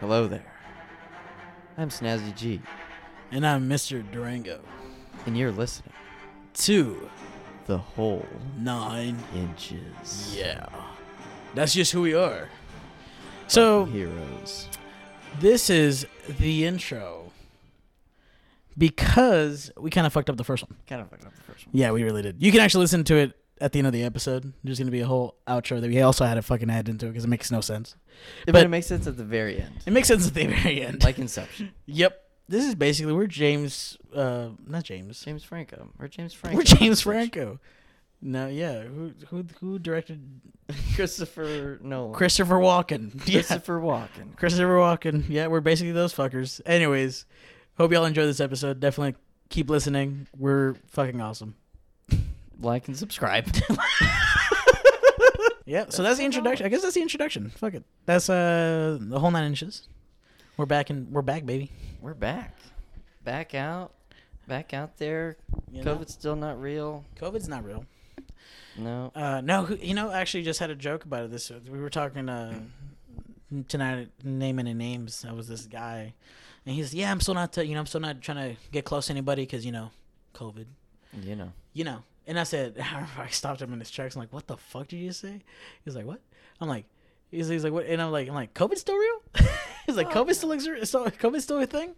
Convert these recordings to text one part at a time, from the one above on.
Hello there. I'm Snazzy G, And I'm Mr. Durango. and you're listening. Two, The whole nine. inches. Yeah. That's just who we are. So, Heroes. this is the intro. Because we kind of fucked up the first one. Kind of fucked up the first one. Yeah, we really did. You can actually listen to it at the end of the episode. There's going to be a whole outro that we also had to fucking add into it because it makes no sense. But, But- it makes sense at the very end, It makes sense at the very end. like Inception. yep. This is basically, we're James, uh, not James. James Franco or James Franco. We're James Franco. No, yeah. Who, who, who directed Christopher Nolan. Christopher Walken. Yeah. Christopher Walken. Christopher Walken. Yeah, we're basically those fuckers. Anyways, hope y'all enjoy this episode. Definitely keep listening. We're fucking awesome. Like and subscribe. Yeah, so that's the introduction. I guess that's the introduction. Fuck it. That's uh the whole nine inches. We're back and we're back, baby. We're back. Back out. Back out there. You know? COVID's still not real. COVID's not real. No. Uh, no, who- you know, I actually just had a joke about it. This we were talking uh, tonight, naming and names. I was this guy, and he's yeah, I'm still not, to, you know, I'm still not trying to get close to anybody because you know, COVID. You know. you know. And I said, I stopped him in his tracks. I'm like, what the fuck did you say? He's like, what? I'm like, he's, he's like, what? And I'm like, I'm like, COVID's still real? he's like, Oh, COVID still exists? It's still- COVID's still a thing?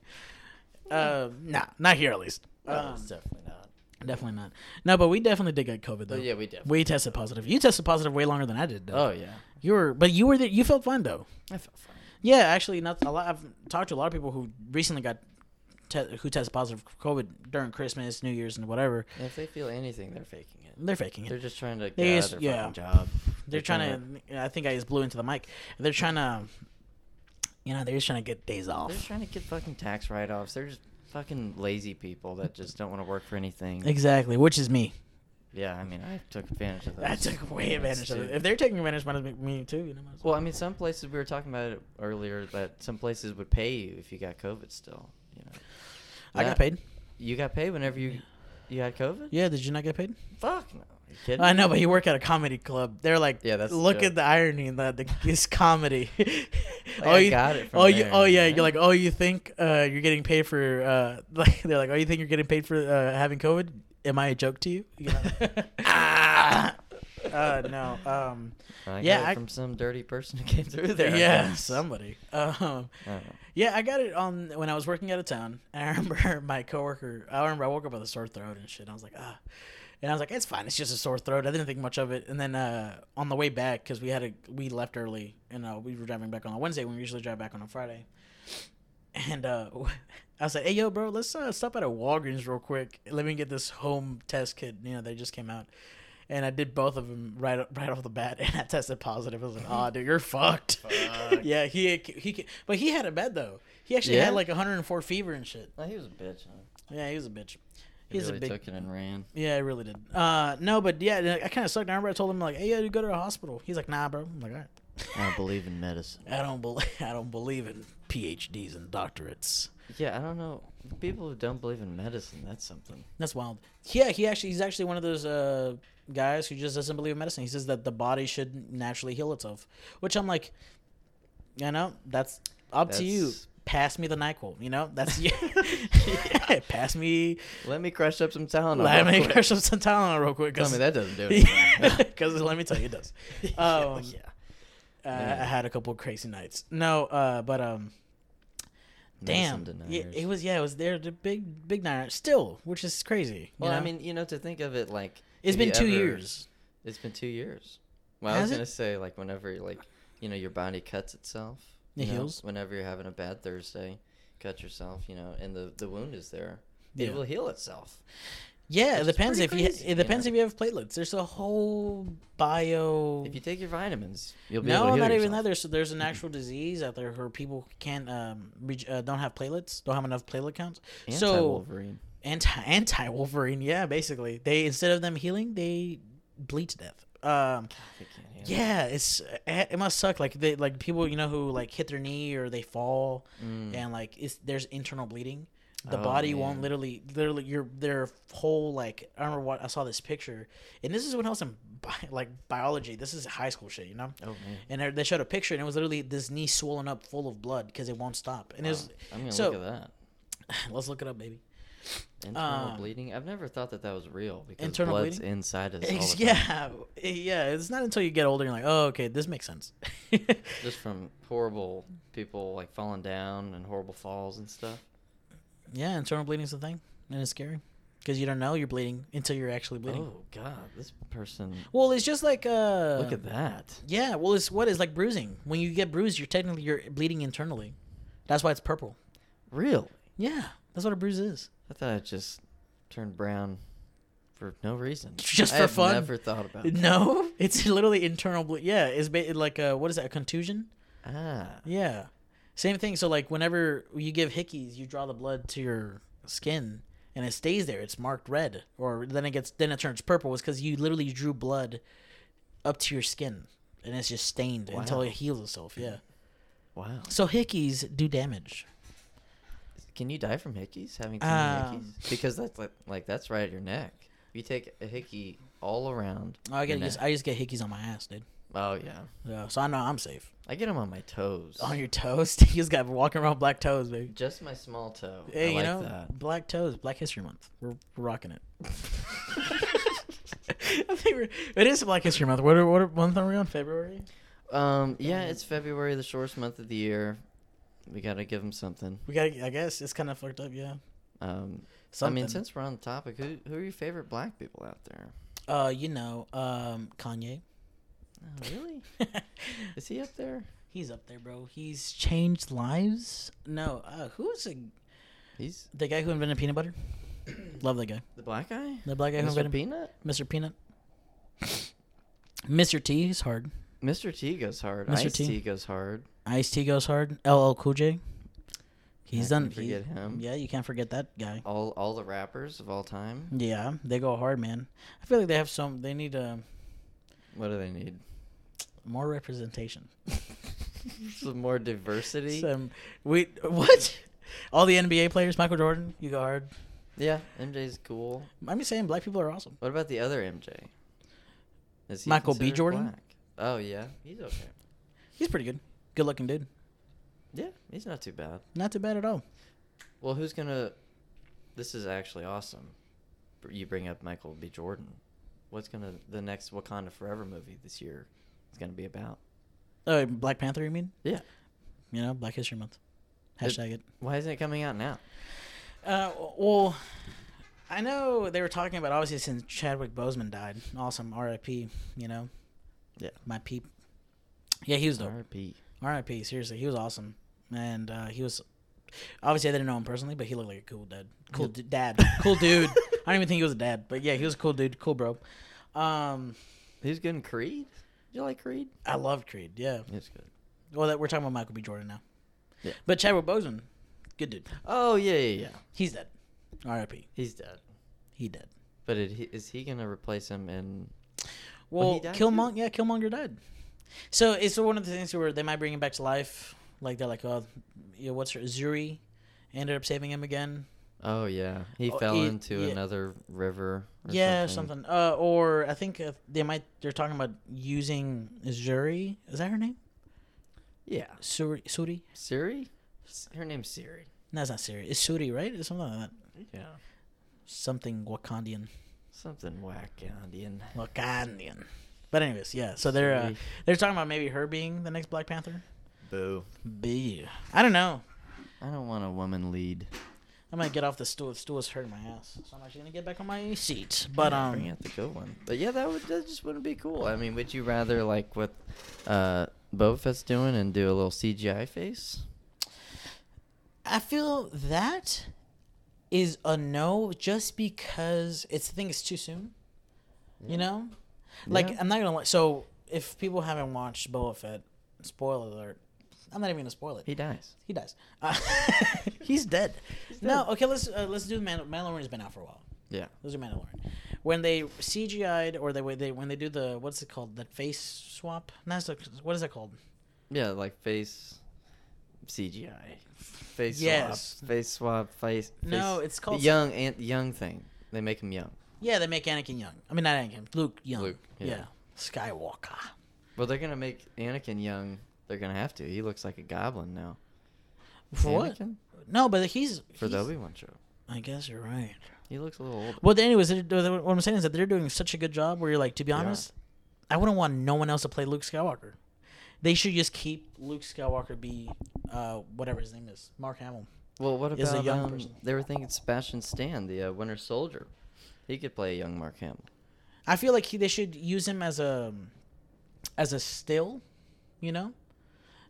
Um, nah, not here at least. Oh, Um, it's definitely not. definitely not. No, but we definitely did get COVID though. But Um, yeah, we definitely. We tested positive. You tested positive way longer than I did. Though. Oh yeah. You were, but you were, the, you felt fine though. I felt fine. Yeah, actually, not a lot. I've talked to a lot of people who recently got te- who tested positive for COVID during Christmas, New Year's, and whatever. If they feel anything, they're faking it. They're faking it. They're just trying to get They out just- of their yeah. fucking job. They're trying to. I think I just blew into the mic. They're trying to. You know, they're just trying to get days They're off. trying to get fucking tax write-offs. They're just fucking lazy people that just don't want to work for anything. Exactly, which is me. yeah, I mean, I took advantage of I that. took way advantage of it. If they're taking advantage of me- me too, you know. might as well, I mean, some places we were talking about it earlier that some places would pay you if you got COVID still. You know, I that- got paid. You got paid whenever you you had COVID. Yeah, did you not get paid? Fuck no. you kidding? I know, but you work at a comedy club. They're like, Yeah, that's the look joke. at the irony in that. The, it's comedy. I got it from oh, you, there, oh yeah, yeah. you're like, oh, you think uh, you're getting paid for? Uh, like, they're like, oh, you think you're getting paid for uh, having COVID? Am I a joke to you? you know? ah! uh, no. Um, I yeah, got it I- from some dirty person who came through there. I yeah, guess. somebody. Um, I don't know. yeah, I got it on when I was working out of town. And I remember my coworker. I remember I woke up with a sore throat and shit. And I was like, ah, and I was like, it's fine. It's just a sore throat. I didn't think much of it. And then uh, on the way back, because we had a we left early, and uh, we were driving back on a Wednesday. We usually drive back on a Friday. And uh, I was like, hey yo, bro, let's uh, stop at a Walgreens real quick. Let me get this home test kit. You know, they just came out. And I did both of them right right off the bat, and I tested positive. I was like, "Oh, dude, you're fucked." yeah, he he, but he had it bad though. He actually Yeah? had like 104 fever and shit. Oh, he was a bitch. Huh? Yeah, he was a bitch. He He's really a big. took it and ran. Yeah, I really did. Uh, no, but yeah, I kind of sucked. I remember I told him like, "Hey, yeah, you go to the hospital." He's like, "Nah, bro." I'm like, "All right." I believe in medicine. I don't believe I don't believe in PhDs and doctorates. Yeah, I don't know. People who don't believe in medicine, that's something. That's wild. Yeah, he actually he's actually one of those uh, guys who just doesn't believe in medicine. He says that the body should naturally heal itself, which I'm like, you know, that's up to you. That's- Pass me the Nyquil. You know, that's yeah. Pass me. Let me crush up some Tylenol. Let real me quick. crush up some Tylenol real quick. Tell 'cause- me that doesn't do anything. because let me tell you, it does. Um, yeah. uh, Yeah. I had a couple of crazy nights. No, uh, but um, damn, Medicine yeah, deniers. it was yeah, it was there the big big night still, which is crazy. well, you I know? mean, you know, to think of it like it's if been you two ever- years. It's been two years. Well, I Has was it? gonna say like whenever like you know your body cuts itself, It you know, heals. Whenever you're having a bad Thursday, cut yourself, you know, and the the wound is there. Yeah. It will heal itself. Yeah, it which is depends if pretty you. crazy, It you depends know? if you have platelets. There's a whole bio. If you take your vitamins, you'll be able to no, heal not yourself. even that. There's there's an actual disease out there where people can't um reach, uh, don't have platelets, don't have enough platelet counts. So Anti-Wolverine. anti anti Wolverine, yeah, basically they instead of them healing, they bleed to death. Um, They can't handle it. yeah, it's eh, it must suck. Like they like people you know who like hit their knee or they fall Mm. and like it's there's internal bleeding. the Oh, body won't man. literally literally your their whole like I remember what I saw this picture and this is when I was in bi- like biology this is high school shit you know Oh man. and they- they showed a picture and it was literally this knee swollen up full of blood because it won't stop and it Wow. was I'm gonna so- look at let's look it up baby that. Internal Um, bleeding. I've never thought that that was real because internal blood's bleeding? inside us. All Ex- the time. yeah yeah it's not until you get older you're like oh okay this makes sense Just from horrible people like falling down and horrible falls and stuff. yeah internal bleeding's a thing and it's scary because you don't know you're bleeding until you're actually bleeding Oh God, this person. well it's just like uh look at that. Yeah, well, it's what is like bruising. When you get bruised, you're technically you're bleeding internally. That's why it's purple. Really? Yeah, that's what a bruise is. I thought I just turned brown for no reason. Just I for have fun. Never thought about it. No, it's literally internal bleed. Yeah, it's ba- like uh what is that? A contusion? Ah. Yeah, same thing. So like whenever you give hickeys, you draw the blood to your skin, and it stays there. It's marked red, or then it gets then it turns purple. It's because you literally drew blood up to your skin, and it's just stained until Wow. it heals itself. Yeah. Wow. So hickeys do damage. Can you die from hickeys? Having too many Um, hickeys? Because that's like, like that's right at your neck. If you take a hickey all around. Oh, I your get just, neck- I just get hickeys on my ass, dude. oh yeah. Yeah, so I know I'm safe. I get them on my toes. On your toes, you just got walking around black toes, baby. Just my small toe. I Hey, you like know, that. black toes, Black History Month. We're, we're rocking it. I think we're, it is Black History Month. What are, what are, month are we on? February? Um, yeah, it's February, the shortest month of the year. We gotta give them something. We got. to I guess it's kind of fucked up. Yeah. Um, I Something. mean, since we're on the topic, who who are your favorite black people out there? uh, you know, um, Kanye. Oh, really? Is he up there? He's up there, bro. He's changed lives. No, uh, who's the, He's the guy who invented peanut butter? Love that guy. the black guy. The black guy who Mr. invented Peanut. Mr. Peanut. Mr. T is hard. Mr. T goes hard. Mr. Ice T. T goes hard. Ice T goes hard. LL Cool J. He's I done. can forget he- him. Yeah, you can't forget that guy. All all the rappers of all time. Yeah, they go hard, man. I feel like they have some. They need uh, What do they need? more representation. Some more diversity. Some we what? All the NBA players, Michael Jordan, you go hard. yeah, MJ's cool. I'm just saying, black people are awesome. What about the other MJ? Is Michael B. considered Jordan? black? Oh yeah, he's okay. He's pretty good. Good looking dude. Yeah, he's not too bad. Not too bad at all. Well, who's gonna? This is actually awesome. Br- You bring up Michael B. Jordan. What's gonna the next Wakanda Forever movie this year? is gonna be about. Oh, Black Panther, you mean? Yeah. You know, Black History Month. It- Hashtag it. Why isn't it coming out now? Uh, well, I know they were talking about obviously since Chadwick Boseman died, awesome R.I.P. You know, Yeah. my peep. Yeah, he was dope. R.P. R.I.P. Seriously, he was awesome, and uh, he was obviously I didn't know him personally, but he looked like a cool dad, cool d- dad, cool dude. I don't even think he was a dad, but yeah, he was a cool dude, cool bro. Um, Who's good in Creed? Did you like Creed? I loved Creed. Yeah, It's good. well, that we're talking about Michael B. Jordan now, Yeah. but Chadwick Boseman, good dude. Oh yeah, yeah, yeah. He's dead. R.I.P. He's dead. He dead. But it, he- is he gonna replace him in? Well, Well, he died too. Killmonger, yeah, Killmonger died. So it's one of the things where they might bring him back to life. Like they're like, oh, you know, what's her Zuri ended up saving him again. Oh yeah, he Oh, fell he- into yeah. another river. Or yeah, something. Uh, or I think uh, they might. They're talking about using Zuri. Is that her name? Yeah, Suri. Suri. Siri. S- Her name's Siri. No, it's not Suri. It's Suri, right? It's something like that. Yeah, Something Wakandian. something Wakandian. Wakandian. But anyways, yeah. So they're uh, Suri. they're talking about maybe her being the next Black Panther. Boo. B. I don't know. I don't want a woman lead. I might get off the stool. The stool is hurting my ass, so I'm actually gonna get back on my seat. But Yeah, bring um, out the good one. But yeah, that would that just wouldn't be cool. I mean, would you rather like what uh, Boba Fett's doing and do a little CGI face? I feel that is a no, just because it's the thing. It's too soon. You know, like Yeah. I'm not gonna. Li- so if people haven't watched Boa Fett, spoiler alert. I'm not even gonna spoil it. He dies. He dies. Uh, he's dead. No, okay. Let's uh, let's do Mandal- Mandalorian's been out for a while. Yeah. Those are Mandalorian. When they CGI'd or they, they when they do the what's it called that face swap? Not so- what is that called? Yeah, like face CGI. Face Yes. swap, face swap, face. No, face- it's called- the young and young thing. They make him young. Yeah, they make Anakin young. I mean, not Anakin, Luke young. Luke, yeah. yeah. Skywalker. Well, they're gonna make Anakin young. They're gonna have to. He looks like a goblin now. For what? Anakin? No, but he's For the he's- Obi Wan show. I guess you're right. He looks a little old. Well, then anyways, they're- they're- what I'm saying is that they're doing such a good job. Where you're like, to be are. honest, I wouldn't want no one else to play Luke Skywalker. They should just keep Luke Skywalker be uh, whatever his name is, Mark Hamill. Well, what As a about young um, person. they were thinking Sebastian Stan, the uh, Winter Soldier. He could play a young Mark Hamill. I feel like he, they should use him as a as a still, you know.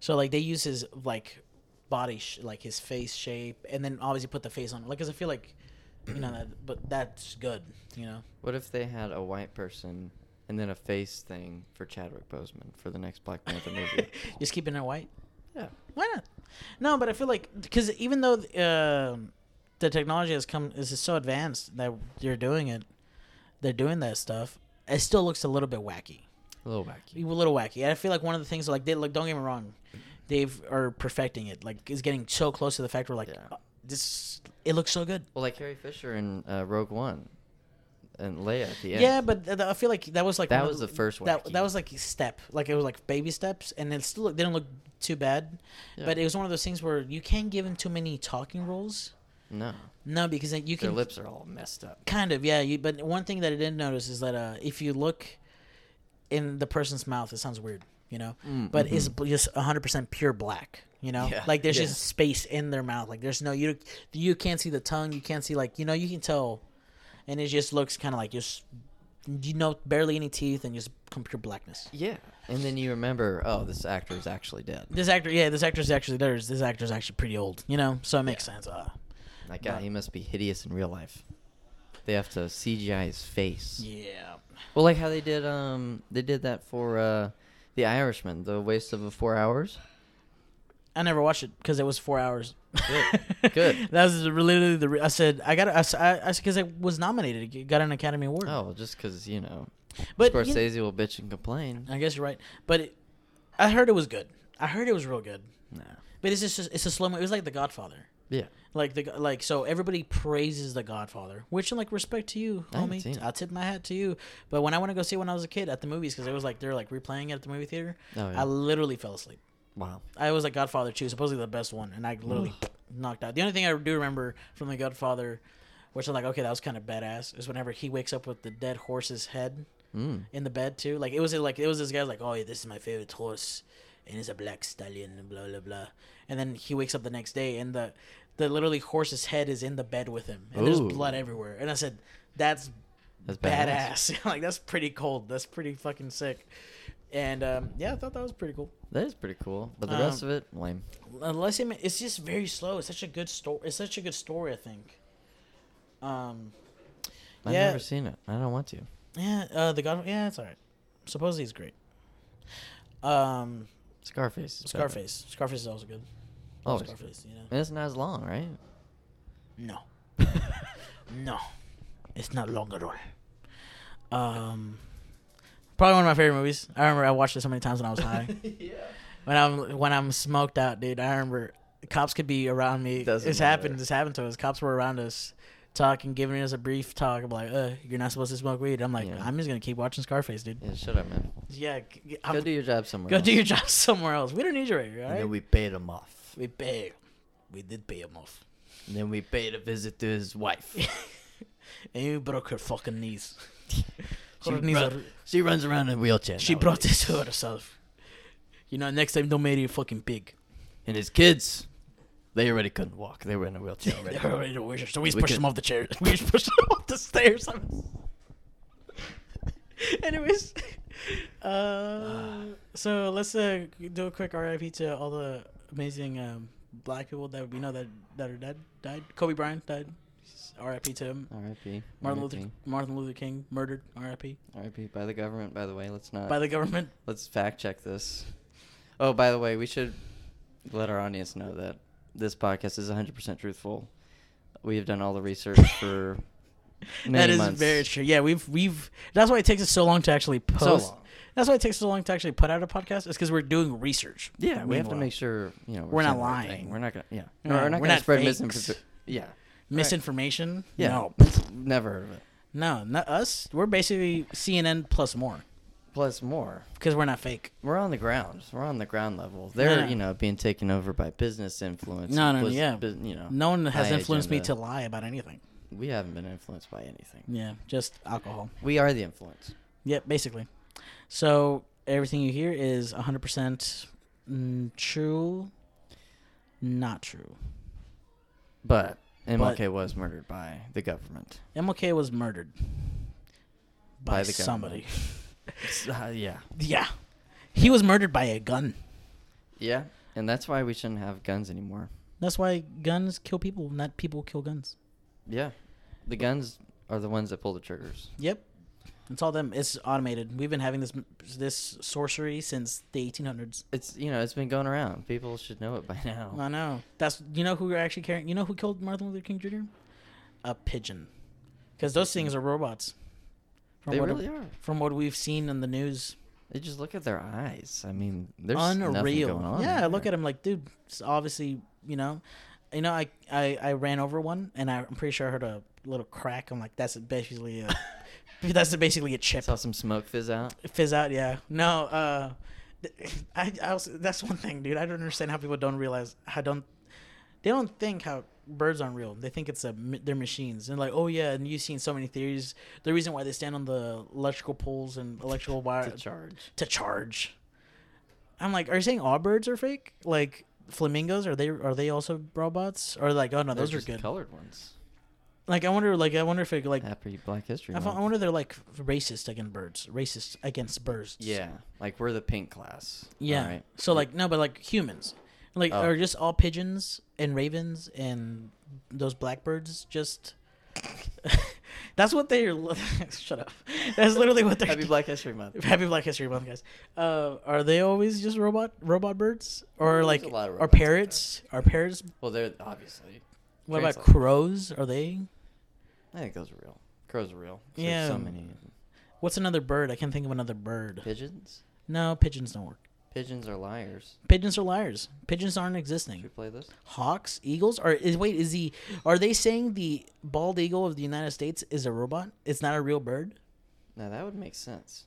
So like they use his like body, sh- like his face shape, and then obviously put the face on. Like, cause I feel like you know that, but that's good, you know. What if they had a white person and then a face thing for Chadwick Boseman for the next Black Panther movie? just keeping it white. Yeah. Why not? No, but I feel like because even though um the technology has come is so advanced that you're doing it, they're doing that stuff. It still looks a little bit wacky, A little a wacky. little wacky. I feel like one of the things like they like don't get me wrong, they've are perfecting it. Like is getting so close to the fact where like Yeah. uh, this it looks so good. Well, like Carrie Fisher in uh, Rogue One and Leia at the Yeah, end. but th- th- I feel like that was like That one of was the first That, wacky. that was like step, like it was like baby steps, and it still didn't look too bad. Yeah. But it was one of those things where you can't give them too many talking roles. no, No, because then you their can lips are all messed up. kind of yeah. You, but one thing that I didn't notice is that uh, if you look in the person's mouth, it sounds weird, you know. But it's bl- just hundred percent pure black, you know. Mm, mm-hmm. Yeah, Like there's yeah. just space in their mouth. Like there's no you you can't see the tongue. You can't see like you know you can tell, and it just looks kind of like just you know barely any teeth and just com- pure blackness. Yeah, and then you remember, oh, this actor is actually dead. This actor, yeah, this actor's actually there's this actor's actually pretty old, you know. So it makes sense. Uh, Like, God, he must be hideous in real life. They have to CGI his face. yeah. Well, like how they did, um, they did that for uh, The Irishman, the waste of a four hours. I never watched it because it was four hours. Good. Good. that was literally the. Re- I said I got. I s- I because I, was nominated. It got an Academy Award. Oh, just because you know, Hmm. but you- Scorsese will bitch and complain. I guess you're right. But it, I heard it was good. I heard it was real good. Nah. But it's just it's a slow mo. It was like The Godfather. Yeah. Like the like so everybody praises The Godfather, which like respect to you, I haven't seen it. homie. I tip my hat to you. But when I went to go see it when I was a kid at the movies because it was like they're like replaying it at the movie theater, Oh yeah. I literally fell asleep. wow. I was like Godfather 2, supposedly the best one, and I literally knocked out. The only thing I do remember from the Godfather, which I'm like, okay, that was kind of badass, is whenever he wakes up with the dead horse's head Mm. in the bed too. Like it was like it was this guy's like, oh yeah, this is my favorite horse, and it's a black stallion, and blah blah blah. And then he wakes up the next day, and the the literally horse's head is in the bed with him, and there's Ooh. blood everywhere. And I said, that's That's badass. badass. like that's pretty cold. That's pretty fucking sick. And um, yeah, I thought that was pretty cool. That is pretty cool. But the Um, rest of it, lame. unless it, ma- it's just very slow. It's such a good story. It's such a good story. I think. Um. I've yeah. never seen it. I don't want to. Yeah. Uh. The God. Yeah. It's alright. Supposedly it's great. Um. Scarface. is better. Scarface. Scarface is also good. Oh, it's- Scarface. You know. and it's not as long, right? No. no. It's not long at all. Um. Probably one of my favorite movies. I remember I watched it so many times when I was high. yeah. when I'm when I'm smoked out, dude. I remember cops could be around me. Doesn't this happened. matter. This happened to us. Cops were around us, talking, giving us a brief talk. I'm like, uh, you're not supposed to smoke weed. I'm like, Yeah. I'm just gonna keep watching Scarface, dude. Yeah. Shut up, man. Yeah, g- g- Go I'm- do your job somewhere. go else. do your job somewhere else. We don't need you right here. All And right? then We, we paid him off. we paid. We did pay him off, And then we paid a visit to his wife. and you broke her fucking knees. She, her knees run- are, she runs around in a wheelchair. she nowadays. brought this to herself. You know, next time don't make it a fucking pig. and his kids. They already couldn't walk. They were in a wheelchair already. They were already the wizards, so we just We pushed could- them off the chair. We just pushed them off the stairs. Anyways, uh, so let's uh, do a quick RIP to all the amazing um, black people that we know that that are dead. Died. Kobe Bryant died. RIP to him. R.I.P. Martin Luther Martin Luther King murdered. RIP R.I.P. by the government. By the way, let's not. by the government. let's fact check this. Oh, by the way, we should let our audience know that this podcast is 100% truthful. We have done all the research for that many is months. very true. Yeah, we've we've. That's why it takes us so long to actually post. long. That's why it takes so long to actually put out a podcast. Is because we're doing research. Yeah, we have to Meanwhile. make sure you know We're not saying the right thing. lying. We're not gonna yeah. Yeah, No, we're we're not gonna not spread fakes. misinformation. Yeah, misinformation. yeah. No, never heard of it. no, not us. We're basically CNN plus more Plus more. because we're not fake. We're on the ground. We're on the ground level. They're no. you know being taken over by business influence. No, and no, bus- yeah. bu- you know, No one has high influenced me to agenda. lie about anything. We haven't been influenced by anything. Yeah, just alcohol. We are the influence. Yeah, basically. So everything you hear is 100% mm, true, not true. But MLK was murdered by the government. MLK was murdered by, By the somebody. It's- uh, yeah, yeah. He was murdered by a gun. yeah, and that's why we shouldn't have guns anymore. That's why guns kill people, not people kill guns. Yeah, the guns are the ones that pull the triggers. Yep. It's all them. It's automated. We've been having this this sorcery since the 1800s. It's you know it's been going around. People should know it by now. I know. That's you know who you're actually carrying. You know who killed Martin Luther King Jr. A pigeon, because those things are robots. From They what really are. From what we've seen in the news, They just look at their eyes. I mean, there's nothing unreal. going on. yeah, I look at him like, dude. It's obviously, you know, you know, I, I I ran over one, and I, I'm pretty sure I heard a little crack. I'm like, that's basically a, that's basically a chip. Saw some smoke fizz out. Fizz out, yeah. No, uh, th- I, I also, that's one thing, dude. I don't understand how people don't realize how don't they don't think how birds aren't real. They think it's a ma- they're machines and like oh yeah, and you've seen so many theories. The reason why they stand on the electrical poles and electrical wire To to, charge. charge. I'm like, are you saying all birds are fake? Like flamingos are they are they also robots? Or like oh no, those They're are just good. colored ones. Like I wonder like I wonder if it like. Happy Black History I Month. fo- I wonder they're like racist against birds, racist against birds. yeah, like we're the pink class. Yeah. alright? So like no, but like humans, like Oh. are just all pigeons and ravens and those blackbirds just. That's what they're. li- Shut up. That's literally what they're. Happy Black History Month. Happy Black History Month, guys. Uh, are they always just robot robot birds or There's like a lot of are robots out there. parrots? Are parrots? Well, they're obviously. What about Translate. crows? Are they? I think those are real. Crows are real. There's Yeah. So many What's another bird? I can't think of another bird. pigeons. No, pigeons don't work. Pigeons are liars. Pigeons are liars. Pigeons aren't existing. Should we play this? Hawks, Eagles, or is wait is the are they saying the bald eagle of the United States is a robot? It's not a real bird. Now that would make sense.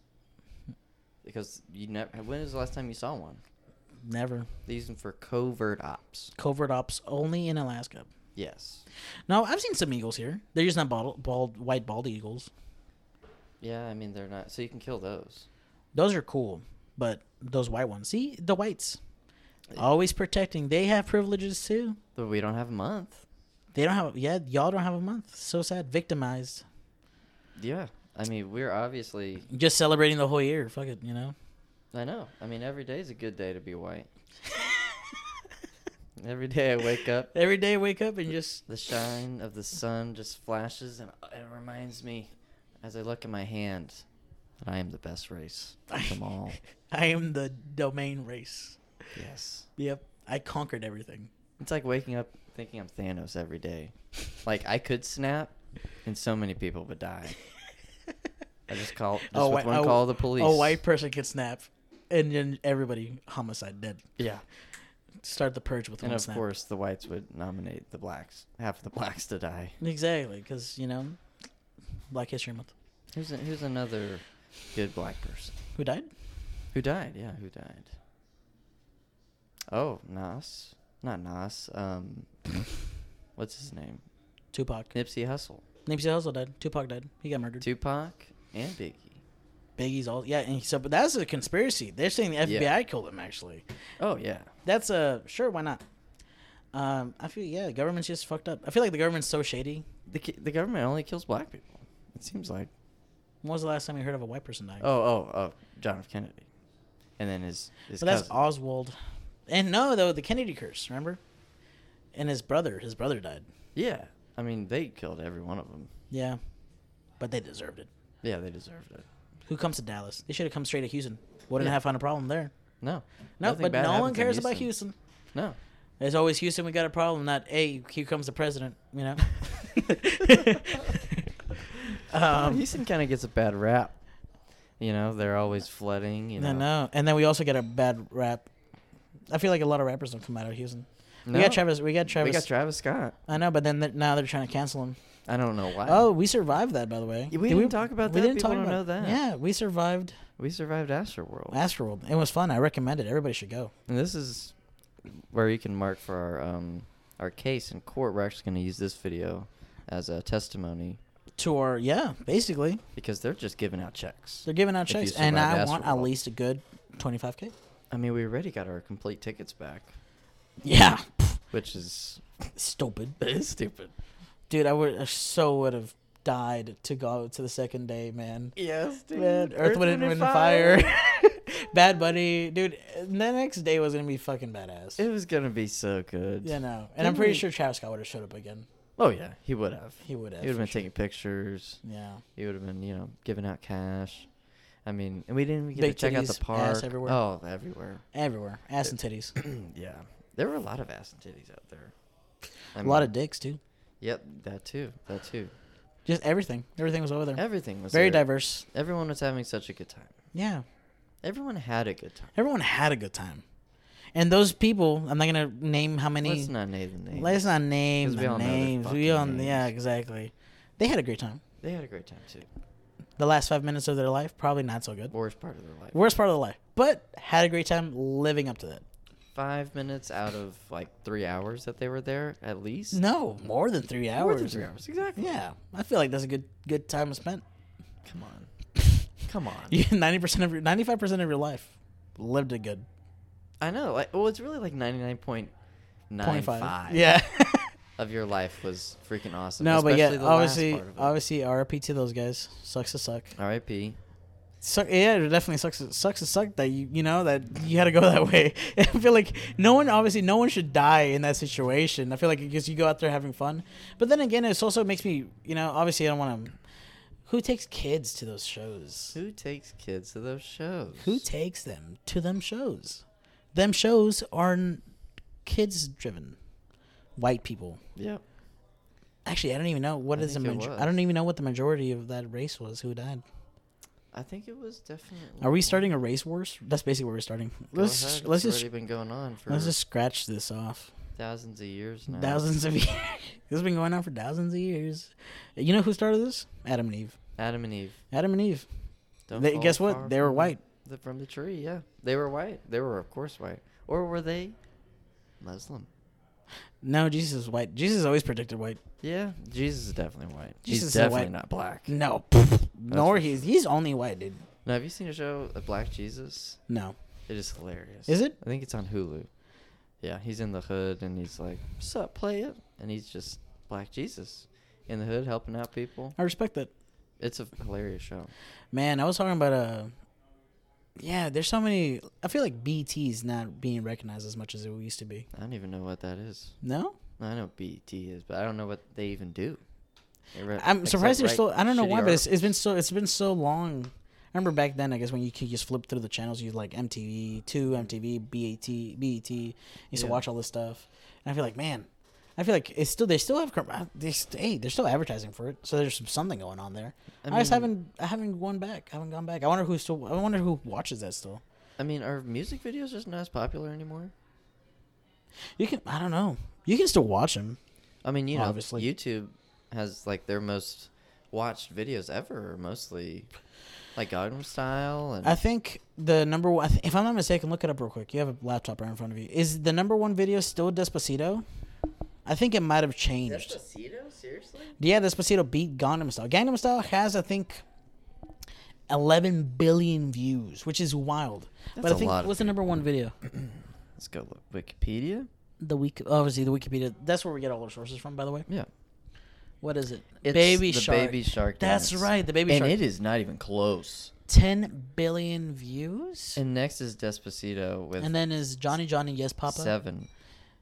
Because you never. When was the last time you saw one? Never. They use them for covert ops. Covert ops only in Alaska. Yes. No, I've seen some eagles here. They're just not bald, bald white bald eagles. Yeah, I mean they're not. So you can kill those. Those are cool, but those white ones. See the whites, always protecting. They have privileges too. But we don't have a month. They don't have. Yeah, y'all don't have a month. So sad. Victimized. Yeah. I mean we're obviously. Just celebrating the whole year. Fuck it. You know. I know. I mean every day is a good day to be white. every day I wake up. Every day I wake up and just The shine of the sun just flashes, and it reminds me, as I look at my hand, that I am the best race of them all. I am the domain race. yes. Yep. I conquered everything. It's like waking up thinking I'm Thanos every day. Like, I could snap, and so many people would die. I just call, just with whi- one call the police. A white person could snap, and then everybody homicide dead. Yeah. Start the purge with And one of snap. course, the whites would nominate the blacks, half the blacks to die. Exactly, because you know, Black History Month. Here's, a, here's another good black person. Who died? Who died? Yeah, who died? Oh, Nas. Not Nas. Um, what's his name? Tupac. Nipsey Hussle. Nipsey Hussle died. Tupac died. He got murdered. Tupac and Biggie. Biggie's all yeah. And so, but that's a conspiracy. They're saying the Yeah. FBI killed him. Actually, Oh yeah. that's a sure. Why not? Um, I feel yeah. The government's just fucked up. I feel like the government's so shady. The ki- the government only kills black people. It seems like. When was the last time you heard of a white person dying? Oh oh oh, John F. Kennedy, and then his his But that's cousin. Oswald. And no, though the Kennedy curse, remember? And his brother, his brother died. Yeah, I mean they killed every one of them. Yeah, but they deserved it. Yeah, they deserved it. Who comes to Dallas? They should have come straight to Houston. Wouldn't Yeah. have found a problem there. No. No, nothing but bad no one happens in cares about Houston. No. It's always Houston. We got a problem. Not hey, here comes the president. You know. Um, Houston kind of gets a bad rap. You know, they're always flooding. You know, I know. And then we also get a bad rap. I feel like a lot of rappers don't come out of Houston. No. We got Travis. We got Travis. We got Travis Scott. I know, but then th- now they're trying to cancel him. I don't know why. Oh, we survived that, by the way. Yeah, we Did didn't talk about that. People don't know that. Yeah, we survived we survived Astroworld, Astroworld. It was fun. I recommend it. Everybody should go. and this is where you can mark for our um our case in court. We're actually going to use this video as a testimony To our yeah, basically because they're just giving out checks. they're giving out If you checks, and survive I want at Astroworld. least a good twenty five k. I mean, we already got our complete tickets back, Yeah, which is stupid. that is stupid. dude. I would I so would have died to go to the second day, man. Yes, Man, Earth, Wind, and Wind and Fire, Bad Bunny, dude. The next day was gonna be fucking badass. It was gonna be so good. yeah, no, and I'm Didn't pretty we- sure Travis Scott would have showed up again. Oh yeah, he would have. He would have. He would have been taking pictures. yeah. He would have been, you know, giving out cash. I mean, and we didn't even get Big to check out the titties, ass park. everywhere. Oh, everywhere. Everywhere, ass and titties, yeah, there were a lot of ass and titties out there. I a lot mean, of dicks too. Yep, that too. That too. Just everything. Everything was over there. Everything was Very there. diverse. Everyone was having such a good time. Yeah. Everyone had a good time. Everyone had a good time. And those people, I'm not gonna name how many. Let's not name the names. Let's not name 'Cause we the all know their names. We fucking all, yeah, names. exactly. They had a great time. They had a great time too. The last five minutes of their life, probably not so good. Worst part of their life. Worst part of the life, but had a great time living up to that. Five minutes out of like three hours that they were there, at least. No, more than three hours. More than three hours, exactly. Yeah, I feel like that's a good good time spent. Come on. Come on. Ninety percent of your ninety five percent of your life lived a good I know. Like, well, it's really like ninety nine point nine point five. five. Yeah. Of your life was freaking awesome. no, but yeah, especially the last obviously, part of it. obviously, RIP to those guys. Sucks to suck. R.I.P. Suck, yeah, it definitely sucks. Sucks to suck that you you know that you had to go that way. I feel like no one, obviously, no one should die in that situation. I feel like because you go out there having fun, but then again, it's also makes me you know obviously I don't want to. Who takes kids to those shows? Who takes kids to those shows? Who takes them to them shows? Them shows are kids driven, white people. yep. Actually, I don't even know what I is the. think it Major- was. I don't even know what the majority of that race was who died. I think it was definitely. Are we starting a race wars? That's basically where we're starting. Go Let's ahead, let's it's just already been going on for let's just scratch this off. thousands of years now. Thousands of years. this has been going on for thousands of years. You know who started this? Adam and Eve. Adam and Eve. Adam and Eve. Don't They, fall guess what? far They were from white. The, from the tree. Yeah, they were white. They were of course white. Or were they Muslim? No, Jesus is white. Jesus always predicted white. Yeah, Jesus is definitely white. Jesus He's is a definitely white- not black. No, nor for he's he's only white, dude. Now, have you seen a show, A Black Jesus? No, It is hilarious. Is it? I think it's on Hulu. Yeah, he's in the hood and he's like, "What's up, play it?" And he's just Black Jesus in the hood helping out people. I respect that. It's a hilarious show. Man, I was talking about uh Yeah, there's so many. I feel like BT's not being recognized as much as it used to be. I don't even know what that is. No, I know what BT is, but I don't know what they even do. They re- I'm except surprised they're write still. I don't know shitty why, but it's, it's been articles. so. It's been so long. I remember back then. I guess when you could just flip through the channels, you like MTV two, MTV BAT, BET. E You used Yeah. to watch all this stuff, and I feel like man, I feel like it's still. They still have. com- uh, They st- hey, they're still advertising for it, so there's some- something going on there. I, I just mean- haven't. I haven't gone back. I haven't gone back. I wonder who still. I wonder who watches that still. I mean, are music videos just not as popular anymore? You can. I don't know. You can still watch them. I mean, you know, Obviously. YouTube has like their most watched videos ever, are mostly like Gangnam Style and I think the number one, I th- if I'm not mistaken, look it up real quick. You have a laptop right in front of you. Is the number one video still Despacito? I think it might have changed. Despacito? Seriously? yeah, Despacito beat Gangnam Style. Gangnam Style has, I think, 11 billion views, which is wild. but I a think lot of what's the number one video? Let's go look. Wikipedia. The week, obviously the Wikipedia. That's where we get all our sources from, by the way. Yeah, What is it? It's baby the Shark. Baby Shark. That's dance. right, the Baby and Shark. it is not even close. 10 billion views. And next is Despacito with And then is Johnny Johnny Yes Papa? seven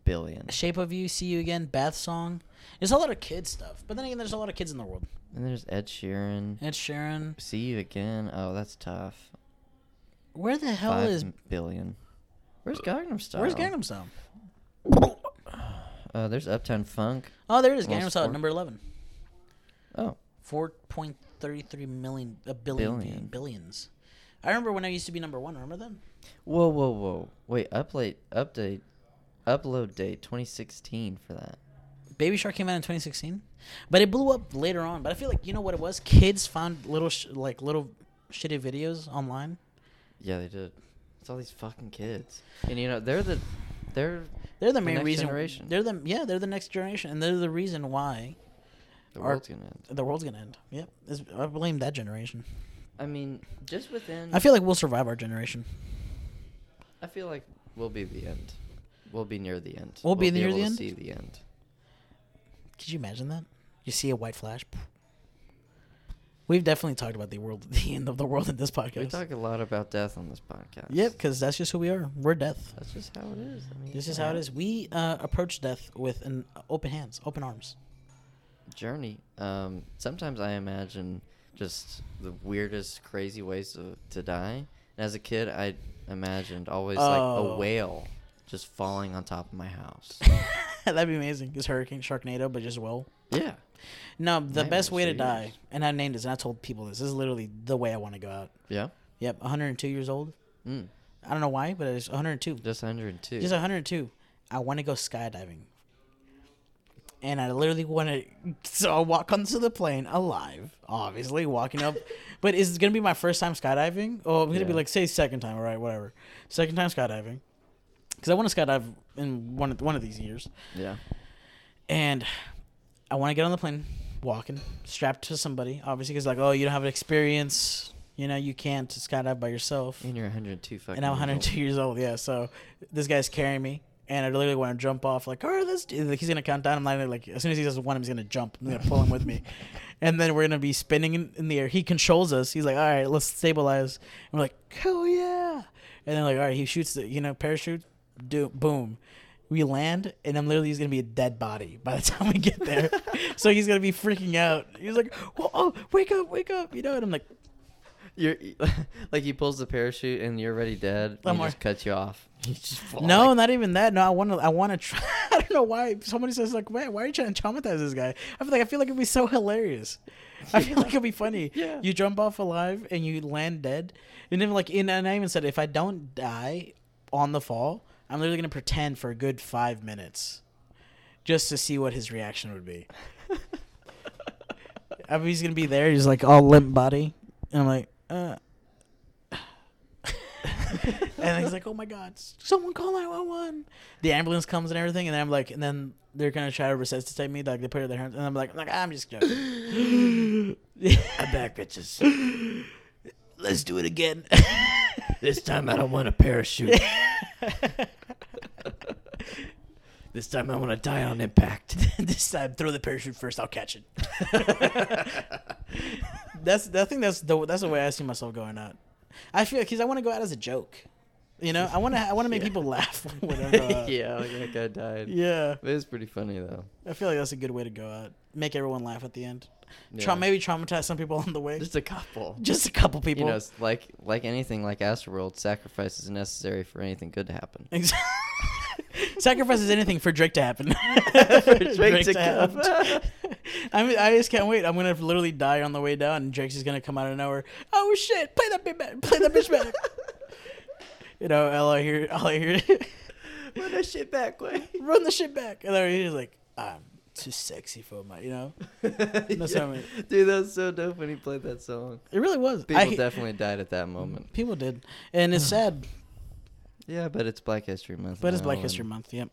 billion. Shape of You, See You Again, Bath Song. There's a lot of kid stuff, but then again, there's a lot of kids in the world. And there's Ed Sheeran. Ed Sheeran. See you again. Oh, that's tough. Where the hell Five is? Uh, billion. Where's Gangnam Style? Where's Gangnam Style? Uh, there's Uptown Funk. Oh, there it is. Well, Gangnam Style four- number eleven. Oh, Four point 33 million, a billion, Billion. billions. I remember when I used to be number one. Remember them? Whoa, whoa, whoa! Wait, update, update, upload date 2016 for that. Baby Shark came out in 2016, but it blew up later on. But I feel like you know what it was. Kids found little sh- like little shitty videos online. Yeah, they did. It's all these fucking kids, and you know they're the, they're They're the, The main next reason. generation. They're the yeah. They're the next generation, and they're the reason why the Our- world's gonna end. the world's gonna end. Yep, It's- I blame that generation. I mean, just within. I feel like we'll survive our generation. I feel like we'll be the end. We'll be near the end. We'll be near able the to end? See the end. Could you imagine that? You see a white flash. We've definitely talked about the world, the end of the world in this podcast. We talk a lot about death on this podcast. Yep, because that's just who we are. We're death. That's just how it is. I mean, This it is how it hap- is. We uh, approach death with an open hands, open arms. journey. Um, sometimes I imagine just the weirdest, crazy ways to, to die. And as a kid, I imagined always like Oh. a whale just falling on top of my house. That'd be amazing. It's Hurricane Sharknado, but just well. yeah. No, the Nightmare best way to for die, years. and I named this, and I told people this. This is literally the way I want to go out. Yeah. Yep, 102 years old. Mm, I don't know why, but it's 102. just 102. Just 102. I want to go skydiving. And I literally want to. So I walk onto the plane alive, obviously, walking up. but is it going to be my first time skydiving? Oh, I'm going to be Yeah. like, say, second time. All right, whatever. Second time skydiving. Because I want to skydive in one of, one of these years. yeah. And I want to get on the plane, walking, strapped to somebody, obviously, because, like, oh, you don't have experience. You know, you can't skydive by yourself And you're 102 fucking. and I'm years old. 102 years old. Yeah, so this guy's carrying me, and I literally want to jump off. Like, oh, let's do like, he's gonna count down. I'm not gonna, like, as soon as he says one, I'm just gonna jump. I'm gonna pull him with me, and then we're gonna be spinning in, in the air. He controls us. He's like, all right, let's stabilize. And we're like, oh yeah, and then like, all right, he shoots the you know parachute, do boom. We land, and I'm literally he's gonna be a dead body by the time we get there. so he's gonna be freaking out. He's like, "Whoa, "Oh, wake up, wake up!" You know, and I'm like, You're like he pulls the parachute and you're already dead. I'm And he like- just cuts you off. You just fall No, like- not even that. No, I want to. I want to try. I don't know why somebody says like, "Man, why are you trying to traumatize this guy?" I feel like I feel like it'd be so hilarious. I feel like it'd be funny. Yeah. You jump off alive and you land dead, and then like, and I even said if I don't die on the fall, I'm literally gonna pretend for a good five minutes, just to see what his reaction would be. I mean, he's gonna be there. He's like all limp body, and I'm like, uh. and he's like, "Oh my God, someone call 911!" The ambulance comes and everything, and I'm like, and then they're gonna try to resuscitate me. Like they put it in their hands, and I'm like, I'm, like, I'm just joking. I'm back, bitches. Let's do it again. this time I don't want a parachute. this time I want to die on impact. this time, throw the parachute first. I'll catch it. that's I think that's the that's the way I see myself going out. I feel because I want to go out as a joke. You know, I want to I want to make people laugh. Whenever, uh, yeah. yeah, like that guy died. yeah, It was pretty funny though. I feel like that's a good way to go out. Make everyone laugh at the end. Yeah. Tra- maybe traumatize some people on the way. Just a couple. Just a couple people. You know, it's like like anything, like Astroworld, sacrifice is necessary for anything good to happen. Ex- Sacrifices anything for Drake to happen. For Drake to come. I mean, I just can't wait. I'm gonna literally die on the way down, and Drake's just gonna come out of nowhere. Oh shit! Play that bitch back. Play that bitch back. you know, all I hear, all I hear, Put that shit back, way. run the shit back. And then he's like, I'm too sexy for my, you know. That's what I mean. Dude, that was so dope when he played that song. It really was. People I- definitely died at that moment. people did, and it's sad, Yeah, but it's Black History Month. but it's now, Black and History Month. Yep.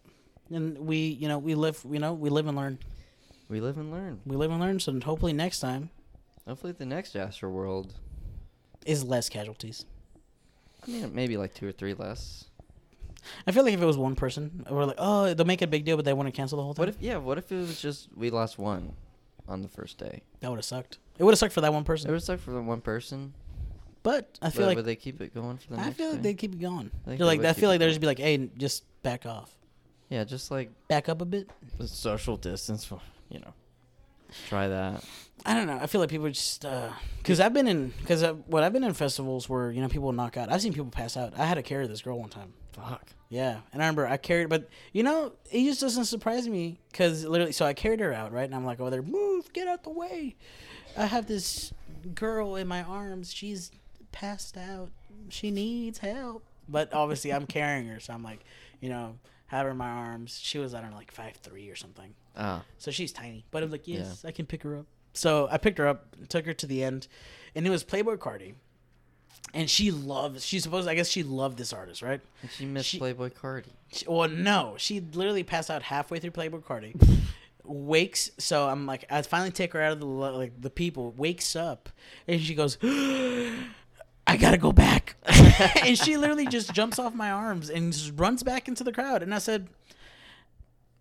And we, you know, we live, you know, we live and learn. We live and learn. We live and learn. So hopefully next time Hopefully, the next Astroworld is less casualties. I mean, maybe like two or three less. I feel like if it was one person, we're like, oh, they'll make a big deal, but they want to cancel the whole thing. What if? Yeah. What if it was just we lost one on the first day? that would have sucked? It would have sucked for that one It person. was like for the one person. But I I feel like would they keep it going for the I next feel like day? they keep it going. I think They're they like, would I keep feel like it they're going. just be like, hey, just back off, Yeah, just like back up a bit. the social distance. for- You know, try that. I don't know. I feel like people just uh, because I've been in because what I've been in festivals where you know people knock out. I've seen people pass out. I had to carry this girl one time. Fuck. Yeah, and I remember I carried, but you know, it just doesn't surprise me because literally, so I carried her out, right? And I'm like, over there, move, get out the way. I have this girl in my arms. She's passed out. She needs help. But obviously, I'm carrying her, so I'm like, you know, have her in my arms. She was, I don't know, like five three or something. Ah, So she's tiny. But I'm like, yes, I can pick her up. So I picked her up, took her to the end, and it was Playboy Cardi. And she loves, she's supposed, I guess she loved this artist, right? and she missed She- Playboy Cardi. She, well, no, she literally passed out halfway through Playboy Cardi. wakes, so I'm like, I finally take her out of the lo- like the people. Wakes up, and she goes, "I gotta go back," and she literally just jumps off my arms and just runs back into the crowd. And I said,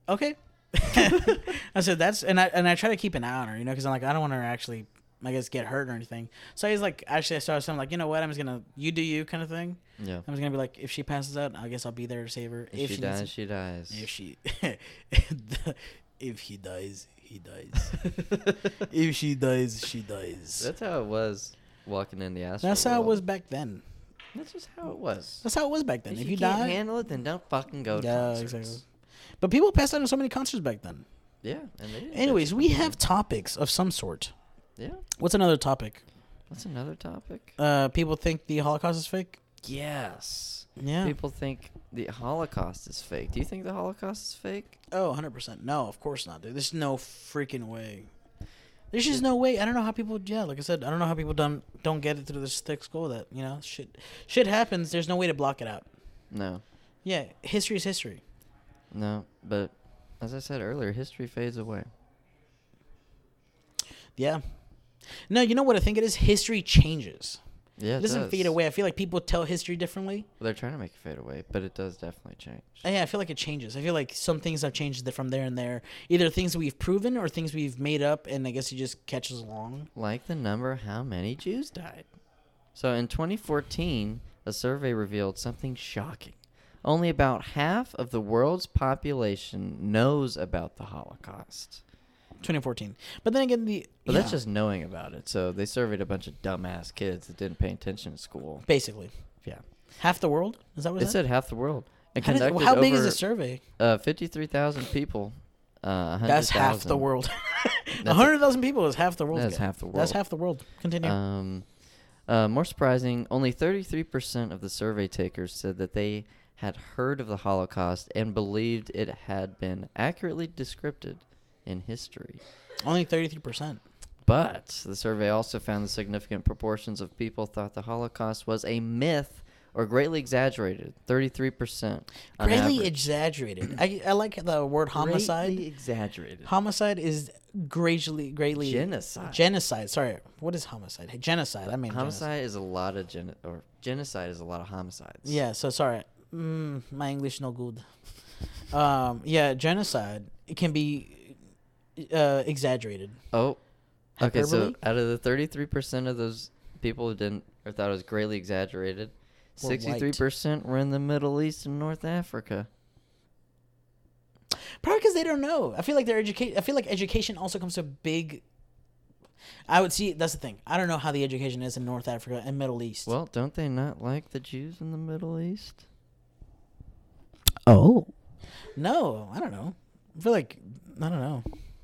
"Okay." I said that's and I and I try to keep an eye on her, you know, because I'm like I don't want her to actually, I guess, get hurt or anything. So I was like, actually, I started something like, you know what, I'm just gonna you do you kind of thing. Yeah. I was gonna be like, if she passes out, I guess I'll be there to save her. If, she, needs dies, she dies. if she, if he dies, he dies. if she dies, she dies. That's, That's how it was walking in the ass. how it was back then. That's just how it was. That's how it was back then. If, If, you, you, can't die, handle it, then don't fucking go. To yeah, concerts. exactly. But people passed out in so many concerts back then. Yeah. And they didn't bitch Anyways, we about it. have topics of some sort. Yeah. What's another topic? That's another topic. Uh, people think the Holocaust is fake. Yes. Yeah. People think the Holocaust is fake. Do you think the Holocaust is fake? Oh, 100%. No, of course not, dude. There's no freaking way. There's just no way. I don't know how people, yeah, like I said, I don't know how people don't don't get it through this thick skull that, you know, shit shit happens. There's no way to block it out. No. Yeah, history is history. No. But as I said earlier, history fades away. Yeah. No, you know what I think it is? History changes. Yeah. It doesn't does. fade away. I feel like people tell history differently. Well, they're trying to make it fade away, but it does definitely change. Uh, Yeah, I feel like it changes. I feel like some things have changed th- from there and there. Either things we've proven or things we've made up, and I guess it just catches along. like the number of how many Jews died. So in 2014, a survey revealed something shocking. Only about half of the world's population knows about the Holocaust. 2014. But then again, the. But yeah, that's just knowing about it. So they surveyed a bunch of dumbass kids that didn't pay attention in school. Basically. Yeah. Half the world? Is that what it, It said half the world. And How, did- conducted how big is over, the survey? Uh, 53,000 people. Uh, That's half the 100,000. world. That's- A hundred thousand people is half the world. That's guy. half the That's world. half the world. Continue. Um, uh, more surprising, only 33% of the survey takers said that they had heard of the Holocaust and believed it had been accurately described in history. Only thirty-three percent. But the survey also found that significant proportions of people thought the Holocaust was a myth or greatly exaggerated. 33%. on Greatly average. exaggerated. I, I like the word homicide. Greatly exaggerated. Homicide is greatly, greatly Genocide. Genocide. Sorry, what is homicide? Genocide. I mean genocide. homicide is a lot of gen or genocide is a lot of homicides. Yeah. So sorry, mm, my English no good. Um, yeah, genocide. It can be uh, exaggerated. Oh, okay. So Hyperbole? out of the thirty-three percent of those people who didn't or thought it was greatly exaggerated, Were white. sixty-three percent were in the Middle East and North Africa. Probably because they don't know. I feel like their education. I feel like education also comes to a big. I would see. That's the thing. I don't know how the education is in North Africa and Middle East. Well, don't they not like the Jews in the Middle East? oh, no, I don't know. I feel like I don't know.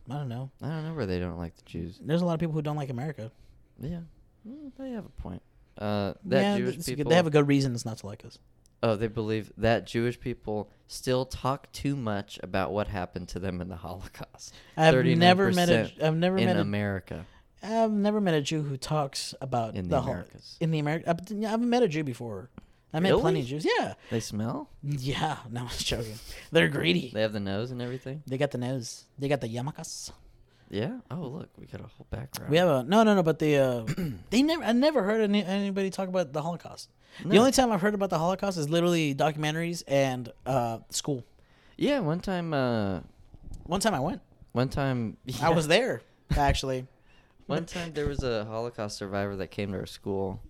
I don't know. I don't know where they don't like the Jews. There's a lot of people who don't like America. Yeah, Mm, they have a point. Uh, that Yeah, Jewish it's- people. They have a good reason not to like us. oh, they believe that Jewish people still talk too much about what happened to them in the Holocaust. I've never met a. 39% I've never in met a. America. have never met a Jew who talks about In the whole- Americas. In the America, I've, I've met a Jew before. I met plenty of Jews. Yeah, They smell. yeah. No, I was joking. They're greedy. They have the nose and everything. They got the nose. They got the yarmulkes. Yeah. Oh, look, we got a whole background. We have a no, no, no. But the uh, they never. I never heard any, anybody talk about the Holocaust. The No. only time I've heard about the Holocaust is literally documentaries and uh, school. Yeah, one time, uh, One time I went. one time, I was there actually. one time there was a Holocaust survivor that came to our school.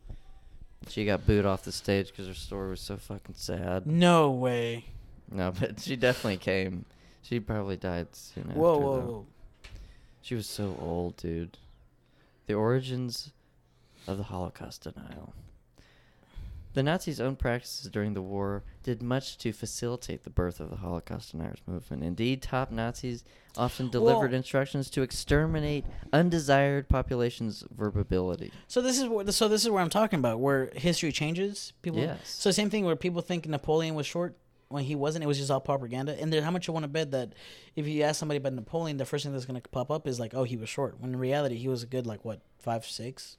She got booed off the stage because her story was so fucking sad. No way. No, but she definitely came. She probably died soon after. Whoa, whoa, though. whoa. She was so old, dude. The origins of the Holocaust denial. The Nazis' own practices during the war did much to facilitate the birth of the Holocaust deniers movement. Indeed, top Nazis often delivered Well- instructions to exterminate undesired populations' verbility. So this is where so this is where I'm talking about where history changes. People. Yes. So same thing where people think Napoleon was short when he wasn't. It was just all propaganda. And there, how much you want to bet that if you ask somebody about Napoleon, the first thing that's going to pop up is like, oh, he was short. When in reality, he was a good like what five six.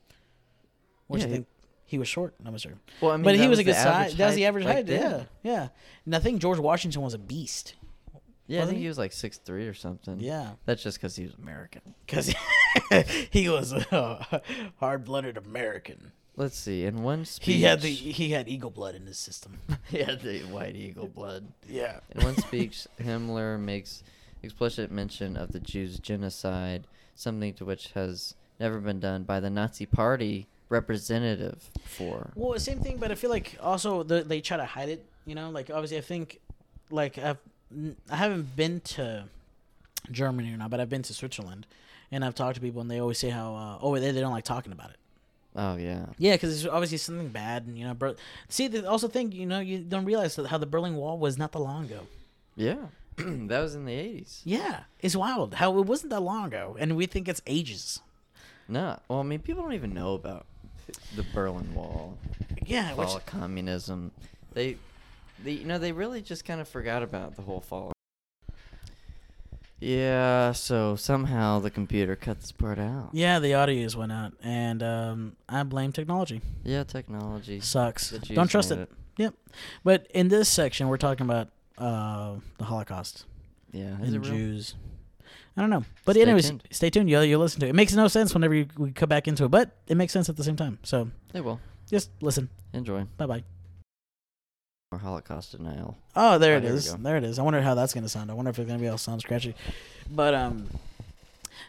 What Yeah, you he- think? He was short. No, I'm sorry. Well, I mean, but that he was, a the good size. average That was the average back height. Yeah, then. yeah. And I think George Washington was a beast. Yeah, I Wasn't think he? he was like six three or something. Yeah. That's just because he was American. because he was a hard-blooded American. Let's see. In one speech, He had the he had eagle blood in his system. he had the white eagle blood. yeah. In one speech, Himmler makes explicit mention of the Jews' genocide, something to which has never been done by the Nazi Party representative before. Well, same thing, but I feel like also the, they try to hide it. You know, like obviously, I think like I've n- I haven't been to Germany or not, but I've been to Switzerland, and I've talked to people, and they always say how uh, over there they don't like talking about it. Oh yeah, Yeah, because it's obviously something bad, and you know, bro. See, the also think you know you don't realize that how the Berlin Wall was not that long ago. yeah. that was in the eighties. Yeah, it's wild how it wasn't that long ago, and we think it's ages. No, well, I mean, people don't even know about the Berlin Wall, Yeah, which, fall of communism. They, they, you know, they really just kind of forgot about the whole fall. Yeah. So somehow the computer cut this part out. yeah, the audios went out, and um, I blame technology. Yeah, technology. Sucks. The Don't Jews trust made it. Yep. But in this section, we're talking about uh, the Holocaust Yeah, is and it real? Jews. I don't know, but Stay anyways, tuned. stay tuned. You'll, you'll listen to it. It makes no sense whenever you, we come back into it, but it makes sense at the same time. So They will just listen. enjoy Bye bye. or Holocaust denial. Oh, Oh, there it here we is. go. There it is. I wonder how that's gonna sound. I wonder if it's gonna be all sound scratchy. But um,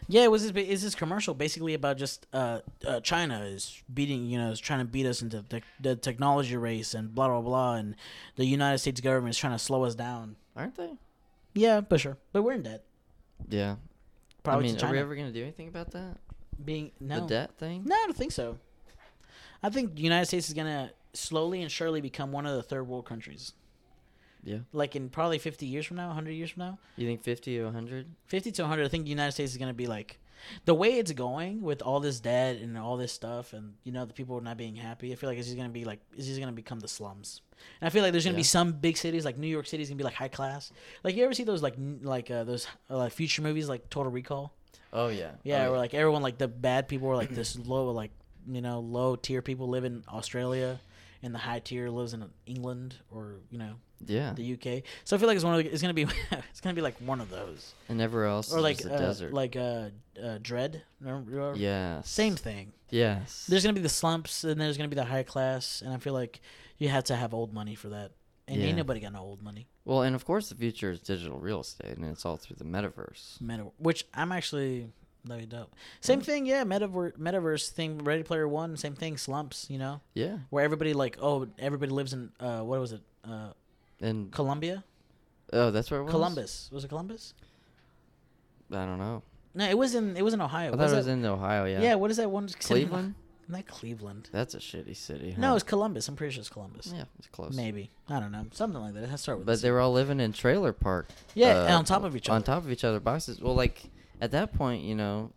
yeah, it was this. Is this commercial basically about just uh, uh China is beating you know is trying to beat us into the, the technology race and blah blah blah and the United States government is trying to slow us down. Aren't they? Yeah, but sure, but we're in debt. Yeah. Probably I to mean, are China we ever gonna do anything about that? being The no debt thing? no, I don't think so. I think the United States is gonna slowly and surely become one of the third world countries. Yeah. Like in probably fifty years from now, hundred years from now. You think fifty to hundred? 50 to 100 i think the united states is going to be like the way it's going with all this debt and all this stuff and you know the people not being happy i feel like it's just going to be like it's just going to become the slums and i feel like there's going to be Yeah. some big cities like new york city's going to be like high class like you ever see those like n- like uh, those uh, like future movies like total recall Oh yeah. yeah Oh, where like everyone like the bad people were like this low like you know low tier people live in australia and the high tier lives in england or you know yeah. the uk so i feel like it's one of the, it's going to be it's going to be like one of those And everywhere else or is like just a uh, desert. like uh, uh dread remember, remember? yeah. same thing Yes. there's gonna be the slumps and there's gonna be the high class and i feel like you have to have old money for that and Yeah. ain't nobody got no old money well, and of course the future is digital real estate, and it's all through the metaverse. Meta- which i'm actually that'd be dope same thing yeah metaverse metaverse thing ready player one same thing slumps you know Yeah. where everybody like oh everybody lives in uh what was it uh And colombia oh, that's where it was. columbus was it columbus I don't know. no it was in it was in I ohio thought What it is was that- in Ohio. Yeah. yeah. what is that one city in- Cleveland. not cleveland That's a shitty city. Huh? no it's columbus i'm pretty sure it's columbus yeah, it's close. Maybe I don't know something like that. Let's start with But this. they were all living in trailer park. uh, Yeah, and on top of each On other. top of each other, boxes. Well, like at that point, you know,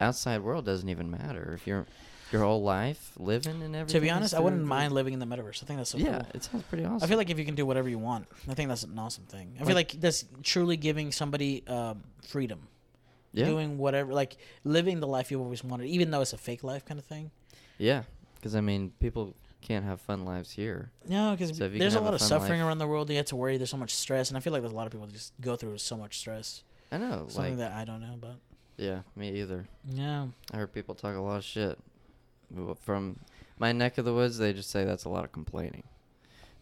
outside world doesn't even matter if you're your whole life living and everything. To be is honest, I through wouldn't the- mind living in the metaverse. I think that's so yeah, cool. it sounds pretty awesome. I feel like if you can do whatever you want, I think that's an awesome thing. I feel like that's truly giving somebody um, freedom, yeah, doing whatever, like living the life you've always wanted, even though it's a fake life kind of thing. yeah, because I mean, people can't have fun lives here. No, because So if you can there's a have a lot of fun suffering life- around the world. You have to worry. There's so much stress, and I feel like there's a lot of people that just go through so much stress. I know, like, Something that I don't know about. yeah, me either. Yeah, I heard people talk a lot of shit Well, from my neck of the woods. They just say that's a lot of complaining.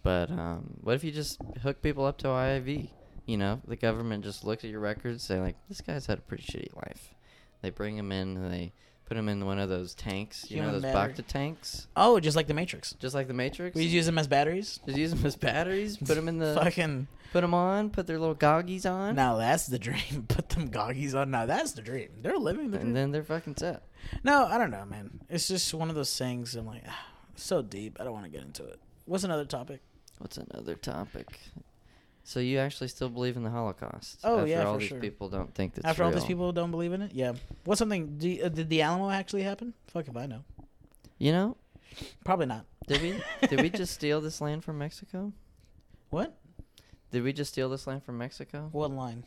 But um, what if you just hook people up to IIV? You know, the government just looks at your records, say like, this guy's had a pretty shitty life. They bring him in, and they put him in one of those tanks. You know Human those battery. Bacta tanks, Oh, just like the Matrix. just like the Matrix. We use them as batteries. just use them as batteries. Put them in the. Fucking Put them on. Put their little goggies on. Now that's the dream. Put them goggies on. Now that's the dream. They're living the dream. And then they're fucking set. no, I don't know, man. It's just one of those things. I'm like, ah, so deep. I don't want to get into it. What's another topic? What's another topic? So you actually still believe in the Holocaust? Oh, after yeah, all for these sure. people don't think that's After all these real. people don't believe in it, yeah. What's something? Do you- uh, did the Alamo actually happen? Fuck if I know. You know, Probably not. did we did we just steal this land from Mexico? What? Did we just steal this land from Mexico? What line?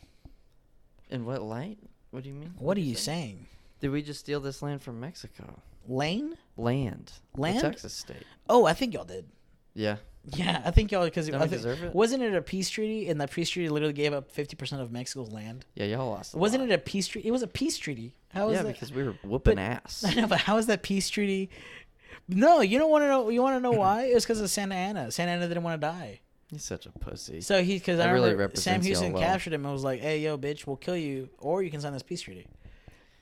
In what light? What do you mean? What are What'd you say? saying? Did we just steal this land from Mexico? Lane? Land. The Land? Texas state. Oh, I think y'all did. Yeah. Yeah, I think y'all because Don't we deserve it? wasn't it a peace treaty and that peace treaty literally gave up fifty percent of Mexico's land. Yeah, y'all lost. A Wasn't lot. it a peace treaty? It was a peace treaty. How was yeah, that? because we were whooping But- ass. I know, but how is that peace treaty? No, you don't want to know. You want to know why? It's because of Santa Anna. Santa Anna didn't want to die, He's such a pussy. so he because That I really remember Sam represents y'all Houston well. captured him and was like, "Hey, yo, bitch, we'll kill you, or you can sign this peace treaty."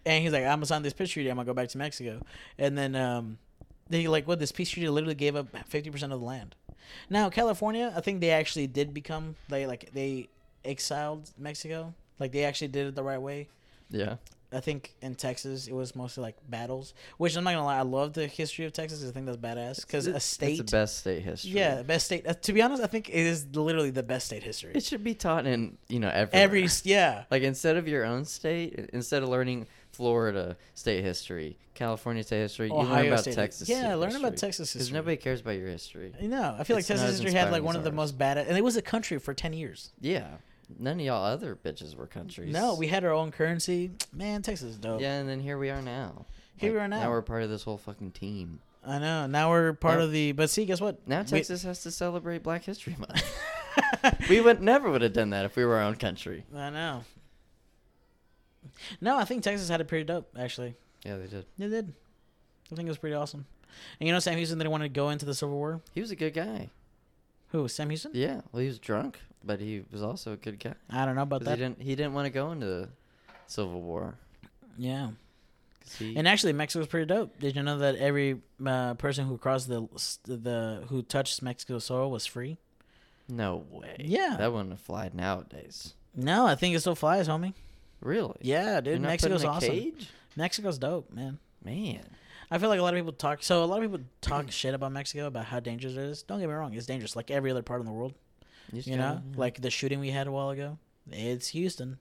And he's like, "I'm gonna sign this peace treaty. I'm gonna go back to Mexico." And then um, they like, "What? This peace treaty literally gave up fifty percent of the land." Now California, I think they actually did become they like they exiled Mexico. Like they actually did it the right way. yeah. I think in Texas it was mostly like battles, which I'm not gonna lie, I love the history of Texas. 'cause I think that's badass because a state, It's the best state history. yeah, the best state. Uh, to be honest, I think it is literally the best state history. It should be taught in you know every Every s- yeah, like instead of your own state, i- instead of learning Florida state history, California state history, you learn Ohio about state- Texas. yeah, state learn about history. Texas 'Cause history. nobody cares about your history. you know, I feel like It's not Texas as history had inspiring like as one of the ours. most badass, and it was a country for ten years. Yeah, none of y'all other bitches were countries. No, we had our own currency. Man, Texas is dope. Yeah, and then here we are now. Here we are now. Now we're part of this whole fucking team. I know. Now we're part Now- of the. But see, guess what? Now We- Texas has to celebrate Black History Month. we would never would have done that if we were our own country. I know. No, I think Texas had it pretty dope actually. Yeah, they did. They did. I think it was pretty awesome. And you know, Sam Houston didn't want to go into the Civil War. He was a good guy. Who? Sam Houston? Yeah, well, he was drunk, but he was also a good guy. I don't know about 'Cause he that. didn't. He didn't want to go into the Civil War. Yeah. 'Cause he, And actually, Mexico's pretty dope. Did you know that every uh, person who crossed the the who touched Mexico's soil was free? no way. Yeah. that wouldn't have flied nowadays. No, I think it still flies, homie. Really? Yeah, You're dude. not put in Mexico's a awesome. Cage? Mexico's dope, man. Man, I feel like a lot of people talk. So a lot of people talk shit about Mexico about how dangerous it is. Don't get me wrong, it's dangerous, like every other part in the world. just You gotta- know, like the shooting we had a while ago. It's Houston.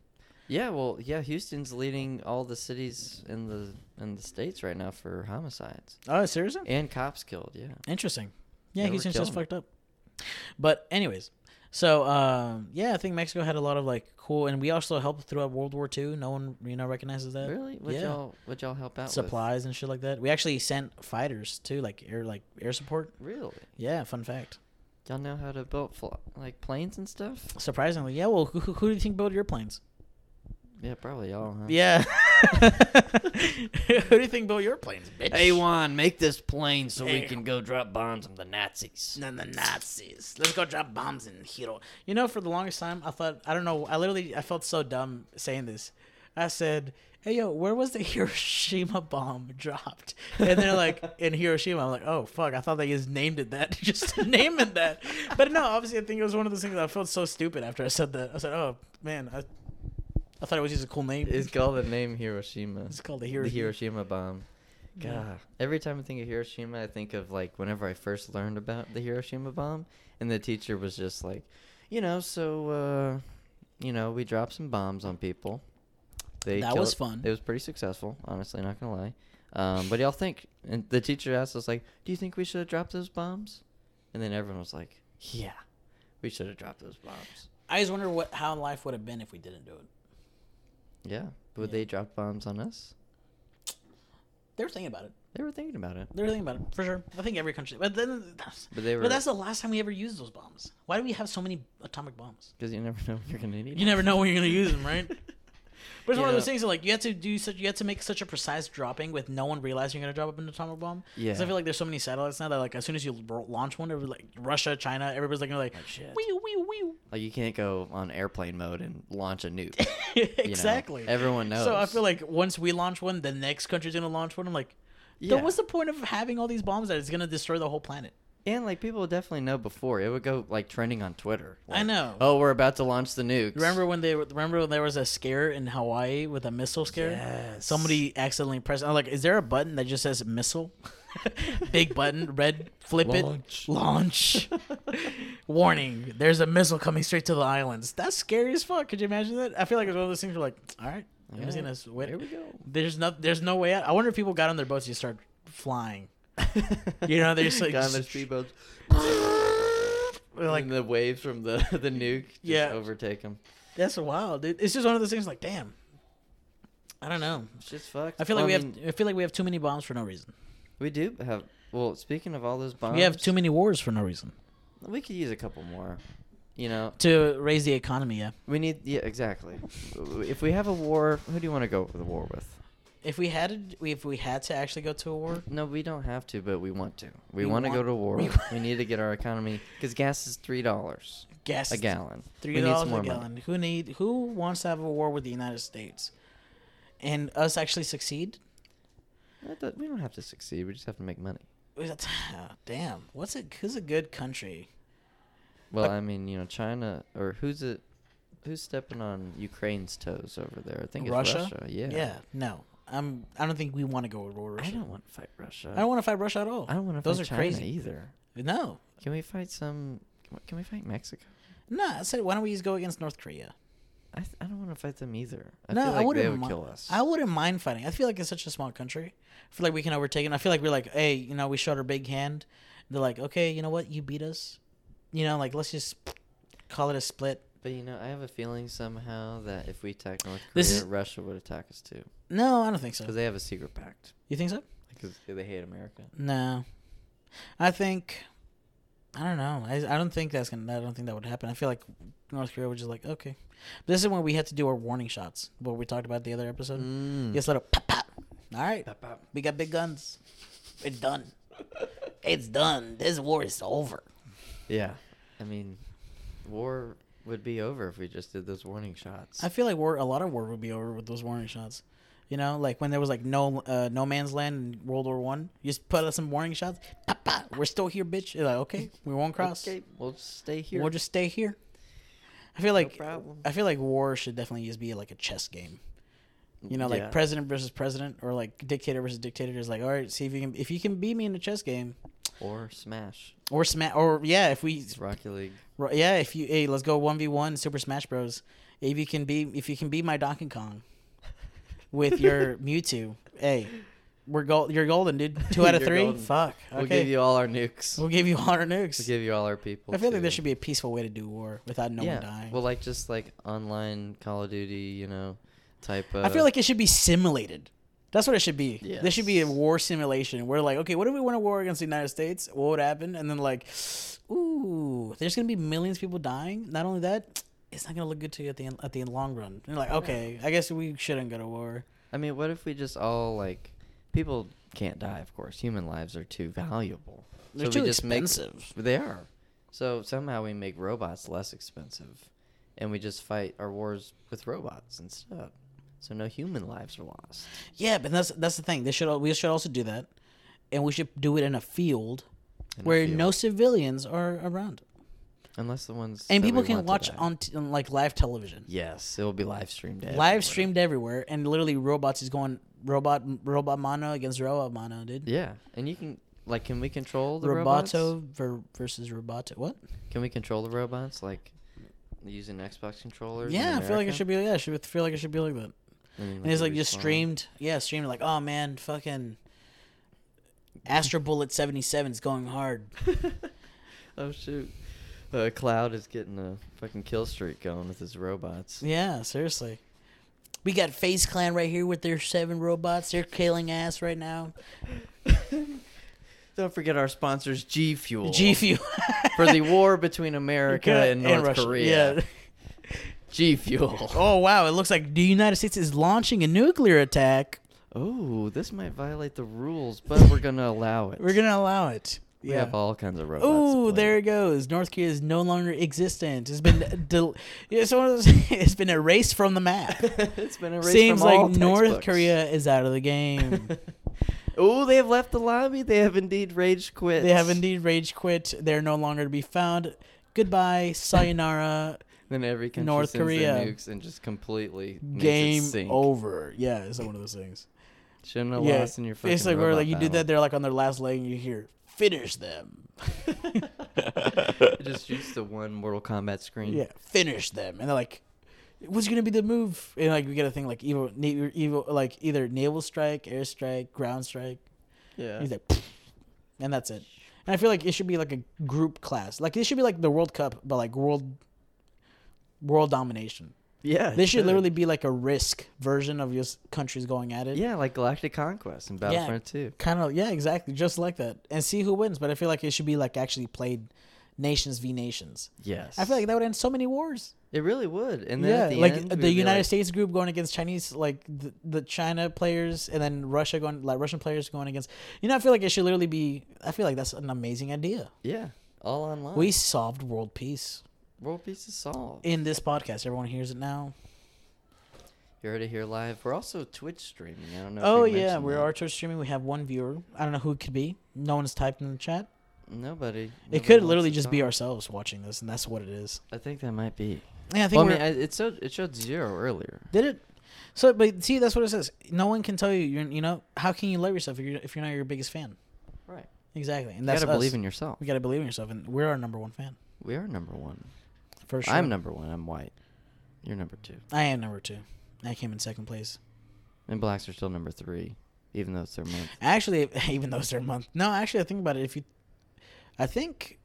yeah, well, yeah. Houston's leading all the cities in the in the states right now for homicides Oh, seriously? and cops killed. Yeah, Interesting. Yeah, They were he's just killing fucked up. But anyways, so um, yeah, I think Mexico had a lot of like cool, and we also helped throughout World War II. No one you know recognizes that really? Would yeah. y'all would y'all help out? supplies and shit like that. We actually sent fighters too, like air like air support. With? Really? Yeah, fun fact. Y'all know how to build fl- like planes and stuff? Surprisingly, yeah. Well, who, who who do you think built your planes? Yeah, probably y'all. Huh? Yeah. who do you think built your planes, bitch? Hey Juan, make this plane so we Hey. can go drop bombs on the Nazis. And the Nazis. Let's go drop bombs in Hiro. You know, for the longest time, I thought I don't know. I literally I felt so dumb saying this. I said, "Hey yo, where was the Hiroshima bomb dropped?" And they're like, "In Hiroshima." I'm like, "Oh fuck!" I thought they just named it that, just to name it that. But no, obviously, I think it was one of those things. I felt so stupid after I said that. I said, "Oh man, I, I thought it was just a cool name." It's called the name Hiroshima. It's called the The Hiroshima. Hiroshima bomb. God. Every time I think of Hiroshima, I think of like whenever I first learned about the Hiroshima bomb, and the teacher was just like, you know, so, uh, you know, we dropped some bombs on people. They That killed- was fun. It was pretty successful, honestly, not gonna lie. Um, but y'all think, and the teacher asked us, like, do you think we should have dropped those bombs? And then everyone was like, yeah, we should have dropped those bombs. I just wonder what how life would have been if we didn't do it. Yeah. Would Yeah. they drop bombs on us? They were thinking about it. They were thinking about it. They're thinking about it for sure. I think every country. But then, that's, But they were- But that's the last time we ever used those bombs. Why do we have so many atomic bombs? Because you never know when you're gonna need You never know when you're gonna use them, right? But it's one of Yeah. those things that like you have to do such you have to make such a precise dropping with no one realizing you're gonna drop an atomic bomb. 'Cause Yeah. I feel like there's so many satellites now that like as soon as you r- launch one, everybody, like Russia, China, everybody's like gonna be like, Like, shit. wee wee wee. Like you can't go on airplane mode and launch a nuke. you know? exactly. Everyone knows. So I feel like once we launch one, the next country's gonna launch one. I'm like, yeah. then what's the point of having all these bombs that it's gonna destroy the whole planet? and like people definitely know before it would go like trending on Twitter. I Like, know. Oh, we're about to launch the nukes. Remember when they were- remember when there was a scare in Hawaii with a missile scare? Yes. Somebody accidentally pressed. I'm like, is there a button that just says missile? Big button, red, flip Launch. it, launch. Warning: There's a missile coming straight to the islands. That's scary as fuck. Could you imagine that? I feel like it's one of those things where like, all right, I'm just All right, gonna s- wait. Here we go. There's no, there's no way out. I wonder if people got on their boats and just start flying. You know, they're just like, Got on their just- speedboats. They're like, and the waves from the the nuke just Yeah. overtake them. that's wild. Dude. It's just one of those things. Like, damn. I don't know. Shit's fucked. I feel like Well, we mean, have. I feel like we have too many bombs for no reason. we do have. Well, speaking of all those bombs, We have too many wars for no reason We could use a couple more. You know, to raise the economy. Yeah. we need. Yeah, exactly. If we have a war, who do you want to go to the war with? If we had, to, if we had to actually go to a war, No, we don't have to, but we want to. We, We want to go want- to war. we- we need to get our economy because gas is three dollars gas a is gallon. three We need some dollars more a money. gallon. Who need? Who wants to have a war with the United States, and us actually succeed? That do- We don't have to succeed. We just have to make money. Was it- ah, Damn, what's a who's a good country? Well, Uh, I mean, you know, China or who's it? Who's stepping on Ukraine's toes over there? I think it's Russia. Russia? Yeah. Yeah, no, I'm. I don't think we want to go with war. with I Russia. don't want to fight Russia. I don't want to fight Russia at all. I don't want to Those fight are China crazy. either. No, Can we fight some? can we- Can we fight Mexico? no. I said, why don't we just go against North Korea? I, th- I don't want to fight them either. I no, feel I like wouldn't. they would mi- kill us. I wouldn't mind fighting. I feel like it's such a small country. I feel like we can overtake it. And I feel like we're like, hey, you know, we showed our big hand. They're like, okay, you know what? You beat us. You know, like let's just call it a split. but you know, I have a feeling somehow that if we attack North Korea, This is- Russia would attack us too, No, I don't think so. because they have a secret pact. You think so? Because they hate America. No, I think I don't know. I, I don't think that's gonna. I don't think that would happen. I feel like North Korea would just like okay. This is when we had to do our warning shots. What we talked about the other episode. Mm. Just let it pop pop. All right, we got big guns. It's done. it's done. This war is over. Yeah. I mean, war would be over if we just did those warning shots. I feel like war. A lot of war would be over with those warning shots. You know, like when there was like no uh, no man's land in World War One. You just put out some warning shots. Pop, pop. We're still here, bitch. You're like, okay, we won't cross. Okay, we'll just stay here. We'll just stay here. I feel like problem. I feel like war should definitely just be like a chess game. You know, like Yeah. president versus president, or like dictator versus dictator. Is like, all right, see if you can if you can beat me in a chess game, or smash. or smash, or yeah, if we, It's Rocky League. ro- yeah, if you, hey, let's go one v one Super Smash Bros. If you can be, if you can be my Donkey Kong with your Mewtwo, hey, we're gold. You're golden, dude. Two out of You're three. golden. Fuck. Okay. We'll give you all our nukes. We'll, we'll give you honor nukes. give you all our people. I feel like too. there should be a peaceful way to do war without no yeah. one dying. Well, like just like online Call of Duty, you know, type of. I feel like it should be simulated. That's what it should be. There should be a Yes. war simulation. We're like, okay, what if we went to war against the United States? What would happen? And then like, ooh, there's gonna be millions of people dying. Not only that, it's not gonna look good to you at the end, at the long run. And you're like, okay, I guess we shouldn't go to war. I mean, what if we just all like people can't die? Of course, human lives are too valuable. They're we too just make- expensive. they are. So somehow we make robots less expensive, and we just fight our wars with robots instead. So no human lives are lost. Yeah, but that's that's the thing. They should al- we should also do that, and we should do it in a field In a where field. no civilians are around, unless the ones and that people we can want to watch die. on, t- on like live television. Yes, it will be live streamed. everywhere. live streamed everywhere, and literally robots is going robot robot mono against robot mono, dude. Yeah, and you can like, can we control the robots? Roboto ver- versus Roboto. What? Can we control the robots like using Xbox controllers? yeah, I feel like it should be. Yeah, I should feel like it should be like that. And it's like just streamed. Yeah, streamed. Like, oh man, fucking. Astro Bullet 77 is going hard. Oh shoot, uh, Cloud is getting a fucking kill streak going with his robots. Yeah, seriously. We got Face Clan right here with their seven robots. They're killing ass right now. Don't forget our sponsors, G Fuel, G Fuel. for the war between America and North Russia. Korea. Yeah. G Fuel. Oh, wow. It looks like the United States is launching a nuclear attack. Oh, this might violate the rules, but we're gonna allow it. We're gonna allow it. We have all kinds of robots. Oh, to play there with. it goes. North Korea is no longer existent. It's been del- it's, one of those- it's been erased from the map. it's been erased Seems from like all North textbooks. Korea is out of the game. Oh, they have left the lobby. They have indeed rage quit. they have indeed rage quit. They're no longer to be found. Goodbye, sayonara. Then every country North sends their Korea. nukes and just completely makes it game sink. over. Yeah, it's one of those things. Shouldn't have yeah, lost in your fucking. it's like where robot like you did battle. that. They're like on their last leg, and you hear finish them. It just shoots the one Mortal Kombat screen. yeah, finish them, and they're like, what's gonna be the move? And like we get a thing like evil, na- evil, like either naval strike, air strike, ground strike. yeah. He's like, "Pfft," and that's it. And I feel like it should be like a group class. Like it should be like the World Cup, but like world world domination. Yeah. This should literally be like a risk version of just countries going at it. Yeah, like Galactic Conquest and Battlefront Two. Kind of, yeah, exactly, just like that, and see who wins. But I feel like it should be like actually played, nations v nations. Yes. I feel like that would end so many wars. it really would. And then yeah, at the like end, the we'd be United like, States group going against Chinese, like the, the China players, and then Russia going, like Russian players going against. You know, I feel like it should literally be. I feel like that's an amazing idea. Yeah. All online. We solved world peace World Peace is solved. in this podcast. Everyone hears it now. You heard it here live. We're also Twitch streaming. I don't know. oh if we yeah, mentioned we're that. our Twitch streaming. We have one viewer. I don't know who it could be. No one's typed in the chat. Nobody. It nobody could wants literally to just be talk. ourselves watching this, and that's what it is. I think that might be. Yeah, I think Well, I we're, mean, I, it showed it showed zero earlier. did it. So, but see, that's what it says. No one can tell you. You're, you know, how can you love yourself if you're, if you're not your biggest fan? Right. Exactly, and You that's gotta us. believe in yourself. We gotta believe in yourself, and we're our number one fan We are number one. for sure. I'm number one. I'm white. You're number two. I am number two. I came in second place. And blacks are still number three, even though it's their month. Actually, even though it's their month. No, actually, I think about it. If you, I think,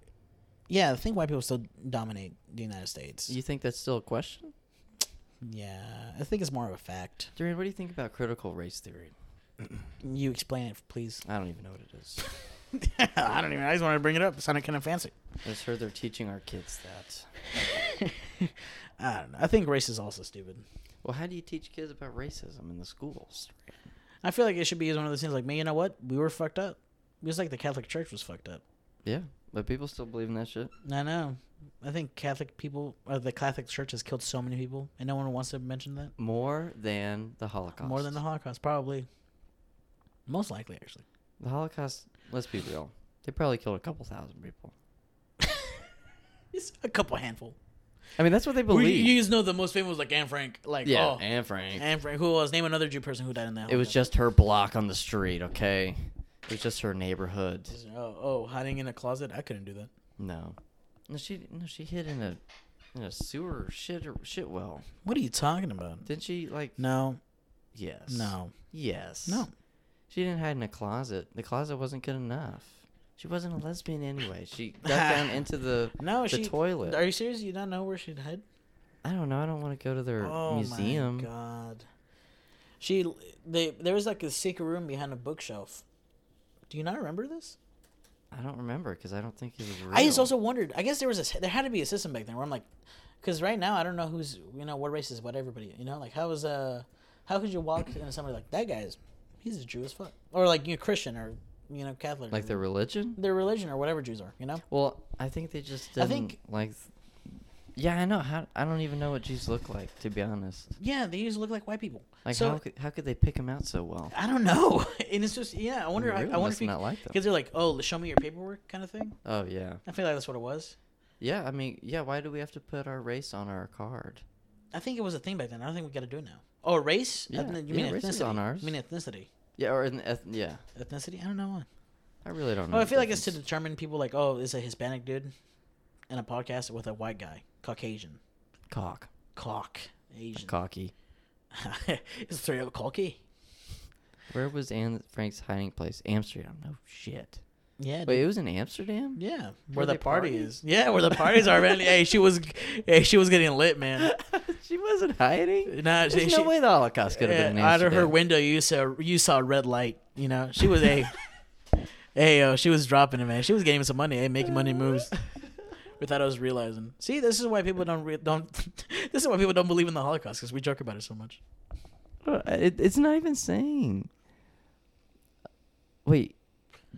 yeah, I think white people still dominate the United States. You think that's still a question? Yeah, I think it's more of a fact. Dorian, what do you think about critical race theory? You explain it, please. I don't even know what it is. I don't even. I just wanted to bring it up. It sounded kind of fancy. I just heard they're teaching our kids that. I don't know. I think race is also stupid. Well, how do you teach kids about racism in the schools? I feel like it should be one of those things like, man, you know what? We were fucked up. It was like the Catholic Church was fucked up. Yeah, but people still believe in that shit. I know. I think Catholic people, or the Catholic Church has killed so many people, and no one wants to mention that. More than the Holocaust. More than the Holocaust, probably. Most likely, actually. The Holocaust, let's be real. They probably killed a couple thousand people. It's a couple handful. I mean, that's what they We, believe. you just know the most famous was like Anne Frank. Like, yeah, oh, Anne, and Frank. Frank. Who was? Name another Jew person who died in that. it was just her block on the street, okay? It was just her neighborhood. Holocaust. Oh, oh, hiding in a closet? I couldn't do that. No. No, she no, she hid in a in a sewer shit shit well. What are you talking about? Didn't she like No, Yes. no, Yes. no. She didn't hide in a closet. The closet wasn't good enough. She wasn't a lesbian anyway. She got down into the No, the she. toilet. Are you serious? You don't know where she'd hid? I don't know. I don't want to go to their museum. Oh my god. She they there was like a secret room behind a bookshelf. Do you not remember this? I don't remember because I don't think it was real. I just also wondered. I guess there was a there had to be a system back then where I'm like, because right now I don't know who's you know what race is what everybody you know like how is uh how could you walk into somebody like that guy's he's a Jew as fuck or like you know, Christian or you know Catholic like their religion. their religion or whatever Jews are you know Well, I think they just I didn't think- like. Yeah, I know. How I don't even know what Jews look like to be honest. yeah they used to look like white people Like so how could, how could they pick them out so well? I don't know and it's just yeah I wonder I, Really I wonder must if you not like them. because they're like oh show me your paperwork kind of thing Oh yeah, I feel like that's what it was yeah. I mean, yeah. Why do we have to put our race on our card? I think it was a thing back then. I don't think we got to do it now. Oh, race? Yeah, Ethni- you yeah, mean race ethnicity? is on ours. You mean ethnicity? Yeah, or in, eth- yeah. Ethnicity? I don't know. Why. I really don't know. Oh, I the feel like it's to difference. determine people like, oh, is a Hispanic dude in a podcast with a white guy, Caucasian, cock, cock, Asian. cocky. it's three of cocky. Where was Anne Frank's hiding place? Amsterdam. No shit. Yeah. Wait, dude. it was in Amsterdam. yeah, Where where the they party, party? is. Yeah, where the parties are, man. hey, she was, hey, she was getting lit, man. she wasn't hiding. Nah, she, There's no she- way the Holocaust could have been in Yeah, out of Amsterdam. her window, you saw you saw a red light. You know, she was a, hey, yo, she was dropping it, man. She was getting some money, hey, making money moves, without us realizing. See, this is why people don't re- don't. this is why people don't believe in the Holocaust because we joke about it so much. Uh, It, it's not even saying. Wait,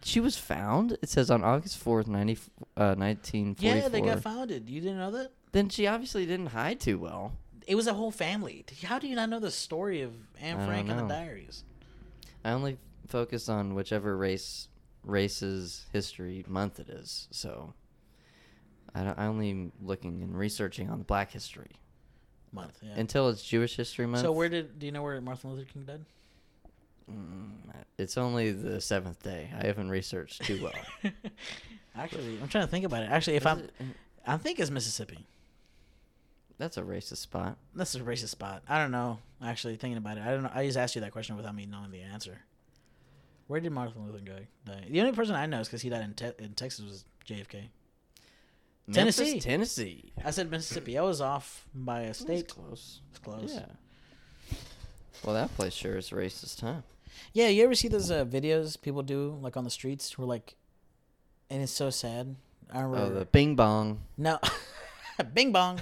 she was found. It says on August fourth, ninety uh, nineteen forty four. Yeah, they got founded. You didn't know that? Then she obviously didn't hide too well. It was a whole family. How do you not know the story of I Anne don't Frank and the know. Diaries? I only focus on whichever race races history month it is. So I don't, I only am looking and researching on Black history Month. Yeah. until it's Jewish History Month. so where did do you know where Martin Luther King died? mm, It's only the seventh day. I haven't researched too well. Actually, I'm trying to think about it. Actually, if Is I'm, it- uh, I think it's Mississippi. That's a racist spot. That's a racist spot. I don't know. Actually, thinking about it, I don't know. I just asked you that question without me knowing the answer. Where did Martin Luther King die? The only person I know is because he died in, te- in Texas was JFK. Memphis, Tennessee. Tennessee. I said Mississippi. I was off by a State state. close. It's close. Yeah. Well, that place sure is racist, huh? Yeah, you ever see those uh, videos people do like on the streets where like, and it's so sad. I Oh, remember the Bing Bong. no, Bing Bong.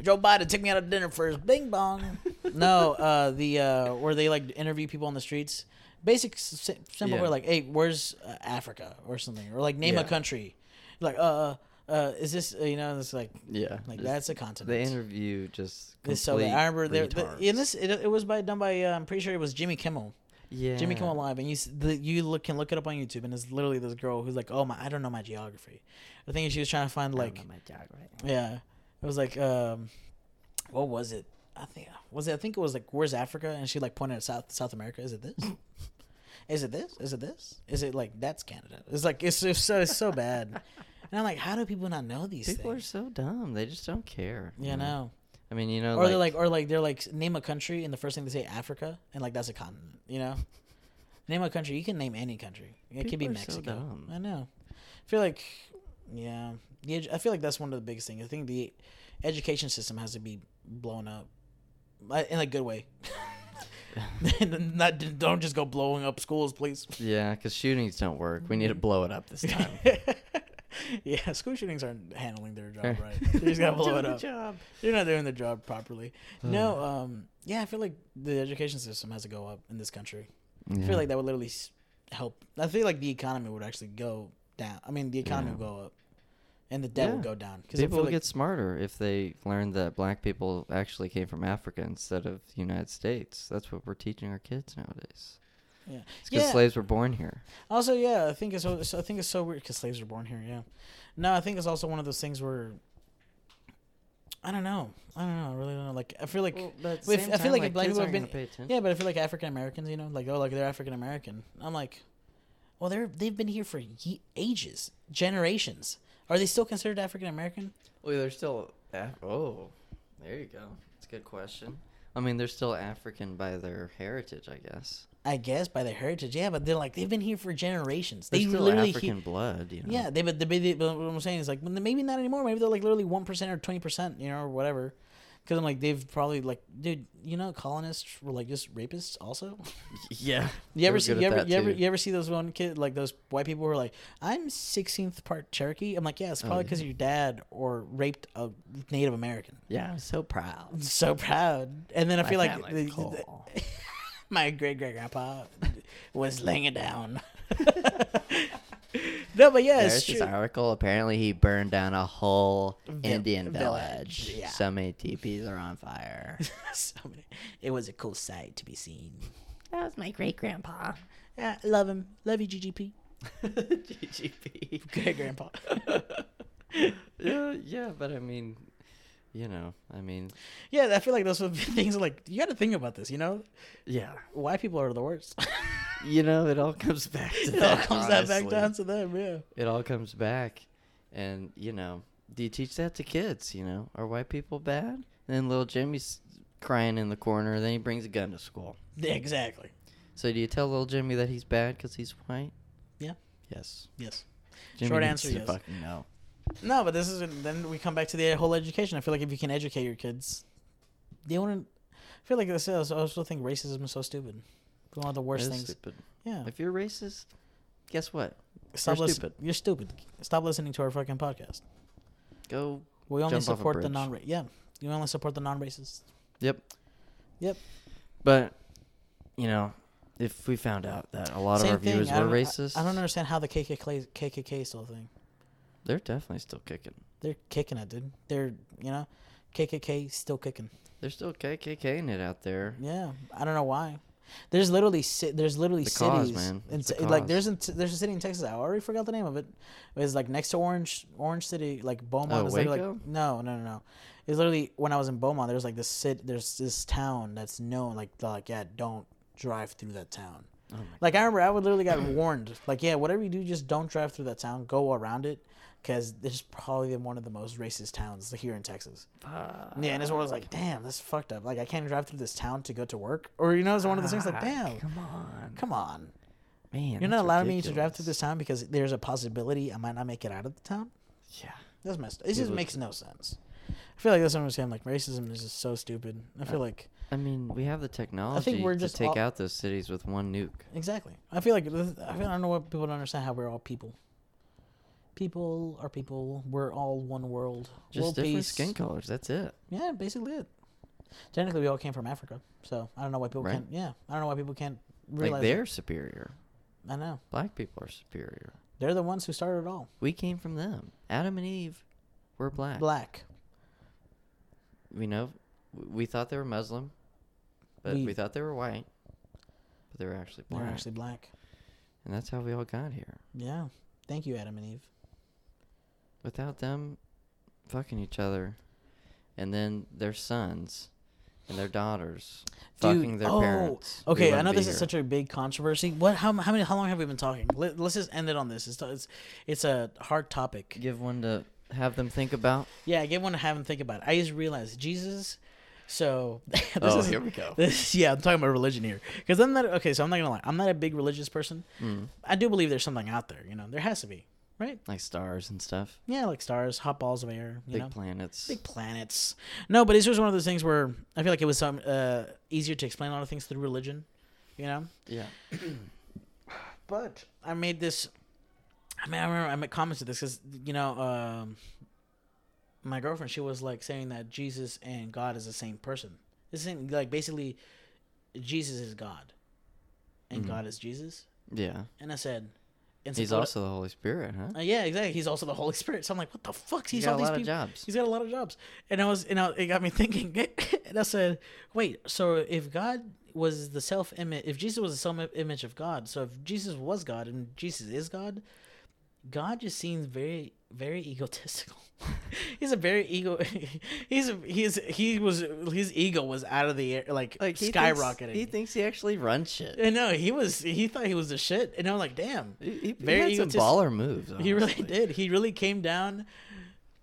Joe Biden took me out to dinner for his Bing Bong. no, uh, the uh, where they like interview people on the streets. Basic, s- simple. Yeah. Where like, hey, where's uh, Africa or something, or like name Yeah. a country. Like, uh, uh, is this uh, you know? It's like Yeah. like just- that's a continent. The interview just complete It's so bad. I remember there. The, retards. in this, it, it was by done by. Uh, I'm pretty sure it was Jimmy Kimmel. yeah. Jimmy Kimmel Live, and you s- the, you look can look it up on YouTube, and it's literally this girl who's like, "Oh my, I don't know my geography." The thing is, she was trying to find like, yeah, it was like, um, what was it? I think was it? I think it was like, "Where's Africa?" And she like pointed at South South America. Is it this? Is it this? Is it this? Is it like that's Canada? It's like it's, it's so it's so bad, and I'm like, how do people not know these People are Mm. things? so dumb. They just don't care. You know, I mean, you know, or like, they're like, or like they're like, name a country, and the first thing they say Africa, and like that's a continent, you know. name a country. You can name any country. It could be People are so Mexico. dumb. I know. I feel like, yeah, the edu- I feel like that's one of the biggest things. I think the education system has to be blown up, But in a good way. Not don't just go blowing up schools, please. yeah, because shootings don't work. We need Mm-hmm. to blow it up this time. yeah, school shootings aren't handling their job right. You just gotta blow it up. You're not doing the job properly. Hmm. No, um, yeah, I feel like the education system has to go up in this country. I Yeah. feel like that would literally s- help. I feel like the economy would actually go down. I mean, the economy Yeah. would go up, and the debt Yeah. would go down. I People feel will like, get smarter if they learn that black people actually came from Africa instead of the United States. That's what we're teaching our kids nowadays. yeah. It's because yeah. slaves were born here. Also, yeah, I think it's so. so- I think it's so weird because slaves were born here. Yeah. No, I think it's also one of those things where. I don't know. I don't know. I really don't know. Like, I feel like. but Well, if- same I feel time, like if like, black kids people have aren't been gonna been- Yeah, but I feel like African Americans, you know, like oh, like they're African American. I'm like, well, they're they've been here for ye- ages, generations. Are they still considered African American? Well, they're still. Af- oh, there you go. That's a good question. I mean, they're still African by their heritage, I guess. I guess by their heritage, yeah, but they're like they've been here for generations. They're They still literally, African he- blood, you know. yeah, they but, they, but but what I'm saying is like maybe not anymore. Maybe they're like literally one percent or twenty percent, you know, or whatever. Because I'm like they've probably like dude, you know, colonists were like just rapists also. Yeah. You ever see you ever, you ever you ever see those one kid like those white people who are like I'm 16th part Cherokee. I'm like yeah, it's Oh, probably yeah. because your dad or raped a Native American. Yeah, I'm so proud. So proud. And then I feel like the- the- cool. my great great grandpa was laying it down. no, but yeah, it's There's this true. article. Apparently, he burned down a whole Vi- Indian village, village. yeah. So many teepees are on fire. So many- it was a cool sight to be seen. That was my great grandpa. Yeah, love him. Love you, GGP. GGP. Great grandpa. Yeah, yeah, but I mean, you know, I mean, yeah, I feel like those would be things like you got to think about this. You know, yeah, why people are the worst. you know, it all comes back to it all that. comes honestly. that back down to them. Yeah. It all comes back, and you know, do you teach that to kids? You know, are white people bad? And then little Jimmy's crying in the corner. Then he brings a gun to school. Yeah, Exactly. So do you tell little Jimmy that he's bad because he's white? Yeah. Yes. Yes. Jimmy Short needs answer, to yes. Fucking no. No, but this is then we come back to the whole education. I feel like if you can educate your kids, they wouldn't. I feel like this is. I also think racism is so stupid. One of the worst That is things. Stupid. Yeah. If you're racist, guess what? Stop you're lis- stupid. You're stupid. Stop listening to our fucking podcast. Go. We only Jump off a support the bridge. non. Yeah. You only support the non-racists. Yep. Yep. But you know, if we found out that a lot of our viewers were I don't- I- racist, I, don't understand how the KKK KKK still thing. They're definitely still kicking. They're kicking it, dude. They're you know, KKK still kicking. They're still KKKing it out there. Yeah, I don't know why. There's literally ci- there's literally The cities, cause, man. In, It's the ci- like cause. there's in, there's a city in Texas. I already forgot the name of it. It's like next to Orange Orange City, like Beaumont. Oh, it's literally, like Waco? no, no, no, no. It's literally when I was in Beaumont. There's like this city. There's this town that's known like the, like yeah, don't drive through that town. Oh like I remember, I would literally got warned, like, yeah, whatever you do, just don't drive through that town. Go around it, because this is probably one of the most racist towns here in Texas. yeah, and it's one of those like, damn, that's fucked up. Like I can't drive through this town to go to work, or you know, it's one of those things like, damn, Ah, Come on, come on, man. you're not that's allowing me to drive ridiculous. through this town because there's a possibility I might not make it out of the town. Yeah. That's messed. It just makes no sense. I feel like that's what I'm saying. Like racism is just so stupid. I feel like I mean, we have the technology we're to just take all- out those cities with one nuke. exactly. I feel like I feel I don't know what people don't understand how we're all people. People are people. We're all one world. Just world different peace. skin colors. That's it. Yeah, basically it. Technically, we all came from Africa, so I don't know why people Right. can't. Yeah, I don't know why people can't realize. like it. they're superior. I know Black people are superior. they're the ones who started it all. We came from them. Adam and Eve were black. Black. We know. We thought they were Muslim, but we, We- thought they were white, but they were actually They're black. actually black. and that's how we all got here. Yeah. Thank you, Adam and Eve. Without them fucking each other, and then their sons and their daughters fucking their parents. we oh, Okay, I wouldn't know be this is here. such a big controversy. What? How, how many? How long have we been talking? Let, let's just end it on this. It's it's, it's a hard topic. Yeah. Give one to have them think about. I get one to have and think about. It. I just realized Jesus. So this Oh, is, here we go. This, yeah, I'm talking about religion here because I'm not okay. So I'm not gonna lie. I'm not a big religious person. Hmm. I do believe there's something out there. You know, there has to be, right? Like stars and stuff. Yeah, like stars, hot balls of air. You Big know, planets. big planets. No, but it's just one of those things where I feel like it was some uh, easier to explain a lot of things through religion. You know, yeah. but I made this. I mean, I remember I made comments to this because you know, um, my girlfriend she was like saying that Jesus and God is the same person. This same like basically, Jesus is God, and God is Jesus. Yeah. And I said, and Mm-hmm. He's support- also the Holy Spirit, huh? Uh, yeah, exactly. He's also the Holy Spirit. So I'm like, what the fuck? He's He's got all a these lot of peop- jobs. He's got a lot of jobs. And I was, and I, it got me thinking. and I said, wait, so if God was the self image, if Jesus was the self image of God, so if Jesus was God and Jesus is God, God just seems very, very egotistical. he's a very ego. he's a, he's he was his ego was out of the air, like, skyrocketing. he thinks he actually runs shit. I know he was. He thought he was the shit, and I'm like, damn. He, he, Very he had some egotistic. baller moves. He really honestly. did. He really came down.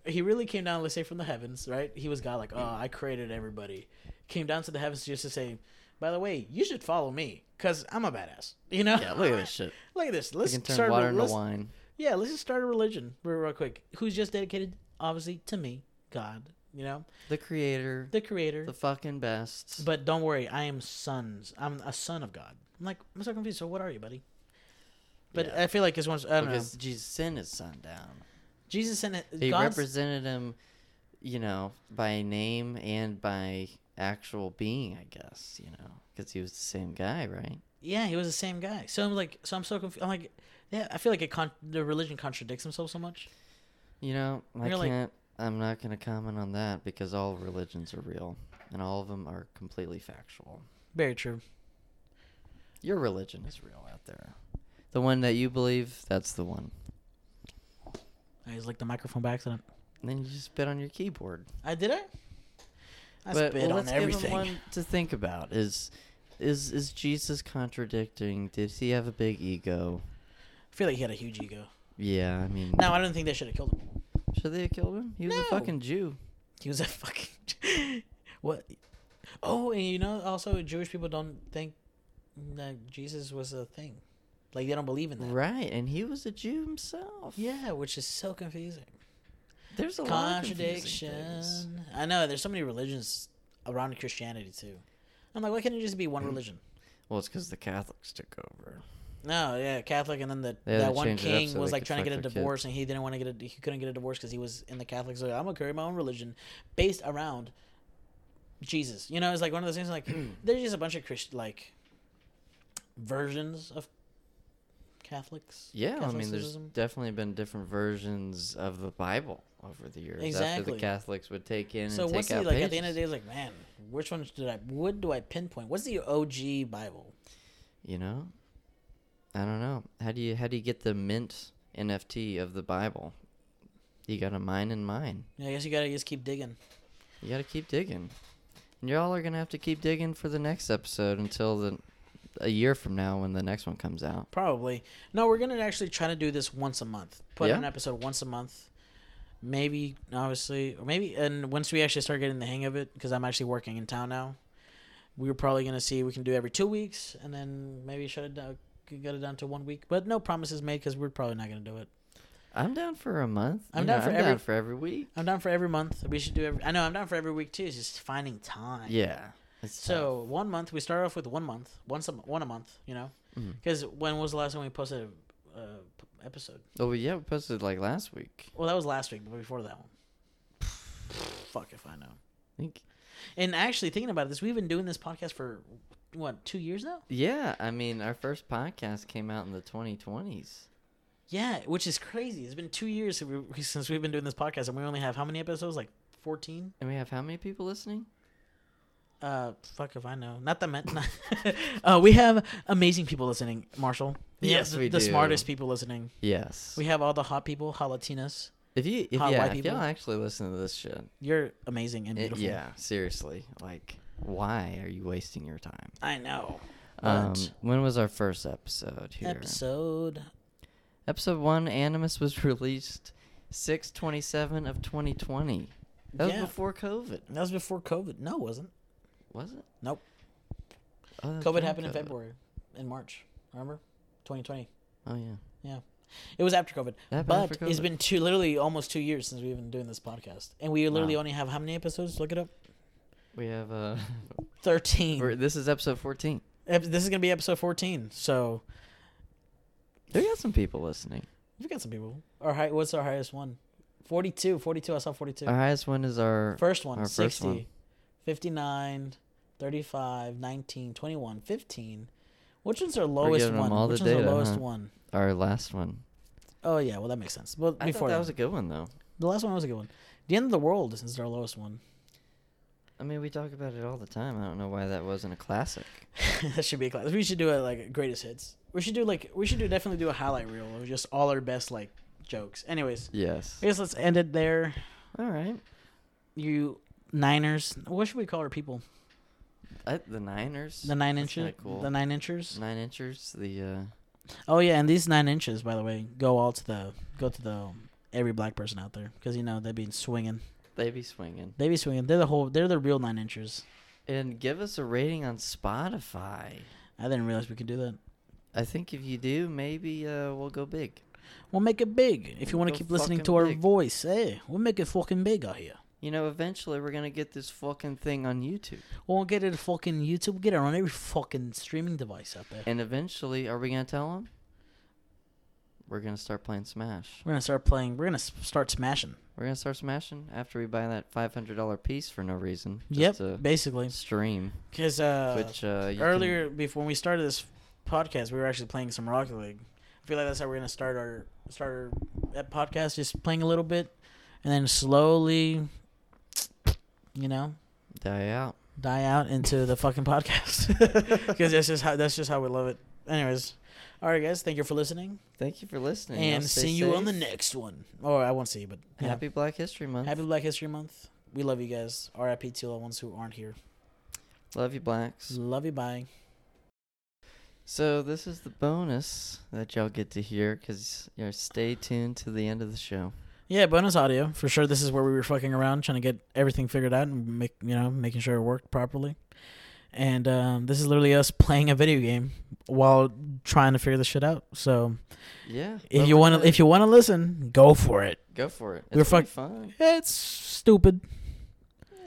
He really came down. Let's say from the heavens, right? He was God, like, oh, I created everybody. Came down to the heavens just to say, by the way, you should follow me, cause I'm a badass. You know? Yeah, look at this shit. Look at this. He Let's can turn start. water Water into let's, wine. Yeah, let's just start a religion real, real quick. Who's just dedicated, obviously, to me, God. You know, The creator, the Creator. the fucking best. but don't worry, I am sons. I'm a son of God. I'm like, I'm so confused. So what are you, buddy? But Yeah. I feel like it's one. I don't because know. Jesus sent his son down. Jesus and He God's, represented him, you know, by name and by actual being, I guess, you know, because he was the same guy, right? Yeah, he was the same guy. So I'm like, so I'm so confused. I'm like, yeah, I feel like it con- the religion contradicts himself so much. You know, I You're like- can't. I'm not going to comment on that because all religions are real and all of them are completely factual. Very true. Your religion is real out there. The one that you believe, that's the one. I just licked the microphone by accident. And then you just spit on your keyboard. I did I? I spit well, on let's give 'em everything. one to think about is is is Jesus contradicting? Did he have a big ego? I feel like he had a huge ego. Yeah, I mean, No, I don't think they should have killed him. should they have killed him? He was No. a fucking Jew. He was a fucking what? Oh, and you know, also Jewish people don't think that Jesus was a thing. Like they don't believe in that. Right, and he was a Jew himself. Yeah, which is so confusing. there's a lot of confusing things. contradiction. I know there's so many religions around Christianity too. I'm like, why can't it just be one Mm. religion? Well, it's because the Catholics took over. No, yeah, Catholic, and then the Yeah, they that one changed it up king so was they like could trying fuck to get a their divorce, and he didn't want to get a he couldn't get a divorce because he was in the Catholic. So I'm gonna create my own religion based around Jesus. You know, it's like one of those things. Like there's just a bunch of Christ like versions of Catholics. Yeah, I mean, there's Catholicism. definitely been different versions of the Bible over the years. After the Exactly. Catholics would take in so and what's take the out like pages. at the end of the day? It's like, man, which one did I? What do I pinpoint? What's the OG Bible? you know, I don't know. How do you how do you get the mint NFT of the Bible? You gotta mine and mine. Yeah, I guess you gotta just keep digging. You gotta keep digging, and y'all are gonna have to keep digging for the next episode until the a year from now when the next one comes out. Probably. No, we're gonna actually try to do this once a month. Put Yeah. an episode once a month. Maybe, obviously, or maybe, and once we actually start getting the hang of it, because I'm actually working in town now, we're probably gonna see we can do every two weeks, and then maybe shut it down, get it down to one week. But no promises made, because we're probably not gonna do it. I'm down for a month. I'm You down for every- for every week. I'm down for every month. We should do every. I know I'm down for every week too. It's just finding time. Yeah. It's tough. So one month we start off with one month, once a m- one a month, you know, Mhm. because when was the last time we posted a uh, p- episode? Oh yeah, we posted like last week. Well, that was last week, but before that one. Fuck if I know. I think. And actually, thinking about this, we've been doing this podcast for what two years now? Yeah, I mean, our first podcast came out in the 2020s. Yeah, which is crazy. It's been two years since we- since we've been doing this podcast, and we only have how many episodes? Like fourteen? And we have how many people listening? Uh, fuck if I know. Not that meant. uh, we have amazing people listening, Marshall. Yes, the, we the do. smartest people listening. Yes. We have all the hot people, hot Latinas. if you, if, Hot yeah, white if people. y'all actually listen to this shit, You're amazing and it, beautiful. yeah, seriously, like, why are you wasting your time? I know. Um, But- when was our first episode here? Episode. Episode one, Animus was released six twenty seven of twenty twenty. That was Yeah. before COVID, That was before COVID. No, it wasn't. was it? Nope. Oh, that was COVID during happened in COVID. February, in March. Remember, 2020. Oh yeah. Yeah, it was after COVID. That happened but after it's COVID. been two, literally almost two years since we've been doing this podcast, and we literally Wow. only have how many episodes? Look it up. We have uh, we're- Thirteen. this is episode fourteen. Ep- This is gonna be episode 14. So There got some people listening. we've got some people. Our high, what's our highest one? 42. 42. I saw 42. Our highest one is our First one, Our first 60, one. 59, 35, 19, 21, 15. Which one's our We're lowest giving 'em one? all Which the one's data, our lowest huh? one? our last one. Oh, yeah. Well, that makes sense. Well, I before thought that that. was a good one though. the last one was a good one. The end of the world is our lowest one. I mean, we talk about it all the time. I don't know why that wasn't a classic. that should be a class. We should do it like greatest hits. We should do like we should do definitely do a highlight reel of just all our best like jokes. Anyways, Yes. I guess let's end it there. All right. You Niners, what should we call our people? I, the Niners. The nine That's inches, kinda cool. the nine inchers. Nine inchers. The uh, Oh yeah, and these nine inches, by the way, go all to the go to the um, every black person out there because you know they've been swinging. they be swinging. They be swinging. They're the whole. They're the real nine inches. And give us a rating on Spotify. I didn't realize we could do that. I think if you do, maybe uh, we'll go big. We'll make it big if you want Go to keep listening fucking to our big. voice. Hey, we'll make it fucking big out here. You know, eventually we're gonna get this fucking thing on YouTube, We'll get it fucking YouTube. We'll get it on every fucking streaming device out there. and eventually, are we gonna tell them? We're gonna start playing Smash. We're gonna start playing. We're gonna s- start smashing. We're gonna start smashing after we buy that five hundred dollar piece for no reason. Yep, Just to basically. stream. Because uh, which uh, you earlier before when we started this podcast we were actually playing some rocket league i feel like that's how we're gonna start our start our that podcast just playing a little bit and then slowly you know can die out. die out into the fucking podcast because that's just how that's just how we love it anyways all right guys thank you for listening Thank you for listening. Y'all and stay see you on the safe. next one or i won't see you but yeah. Happy Black History Month. happy black history month we love you guys rip to the ones who aren't here Love you, blacks. love you bye So this is the bonus that y'all get to hear because you know, stay tuned to the end of the show. Yeah, bonus audio for sure. This is where we were fucking around trying to get everything figured out and make you know making sure it worked properly. And um, this is literally us playing a video game while trying to figure this shit out. So Yeah. if you want to, if you want to listen, go for it. you go for it, We're it's gonna be fuck- fun. It's stupid,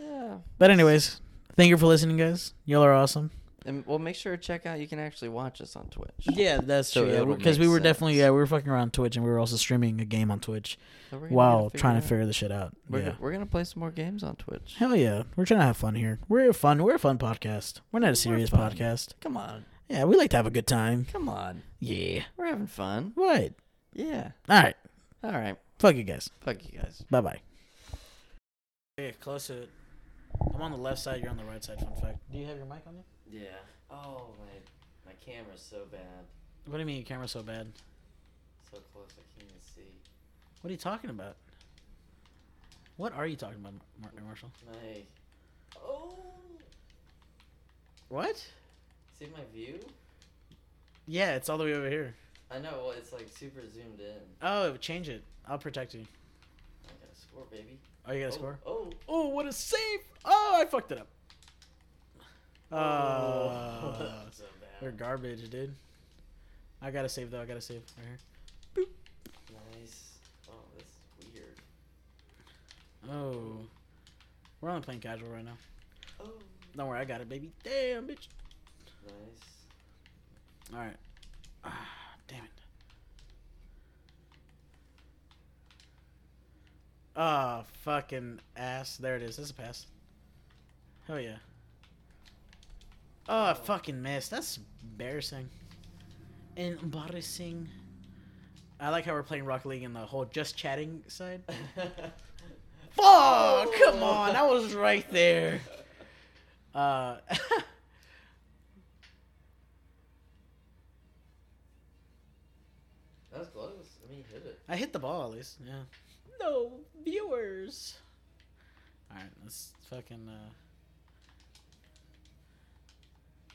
Yeah. but anyways, thank you for listening, guys. Y'all are awesome. And well, make sure to check out. You can actually watch us on Twitch. Yeah, that's So true. it'll Because make we were definitely sense. yeah we were fucking around Twitch and we were also streaming a game on Twitch So we're gonna while figure trying it to out. figure this shit out. We're, yeah. go- we're gonna play some more games on Twitch. Hell yeah, we're trying to have fun here. We're a fun. We're a fun podcast. We're not a serious fun. podcast. Come on, Yeah, we like to have a good time. come on. Yeah. We're having fun. What? Yeah. All right. All right. Fuck you guys. Fuck you guys. Bye bye. Yeah, close to it. I'm on the left side. You're on the right side. Fun fact. Do you have your mic on you? Yeah. Oh my, my camera's so bad. What do you mean your camera's so bad? So close I can't even see. What are you talking about? What are you talking about, Mar- Marshall? My. Oh. What? See my view? Yeah, it's all the way over here. I know. Well, it's like super zoomed in. Oh, change it. I'll protect you. I got a score, baby. Oh, you got a score? Oh. Oh, what a save! Oh, I fucked it up. Uh, oh. so they're garbage, dude. I gotta save though. I gotta save right here. Nice. Oh, that's weird. Oh, we're only playing casual right now. Oh. Don't worry, I got it, baby. Damn, bitch. Nice. All right. Ah, damn it. Ah, fucking ass. There it is. This is a pass. Hell yeah. Oh, I fucking missed. That's embarrassing. Embarrassing. I like how we're playing Rocket League in the whole just chatting side. Fuck! Come on, I was right there. Uh, That was close. I mean, hit it. I hit the ball at least. Yeah. No viewers. All right, let's fucking. Uh...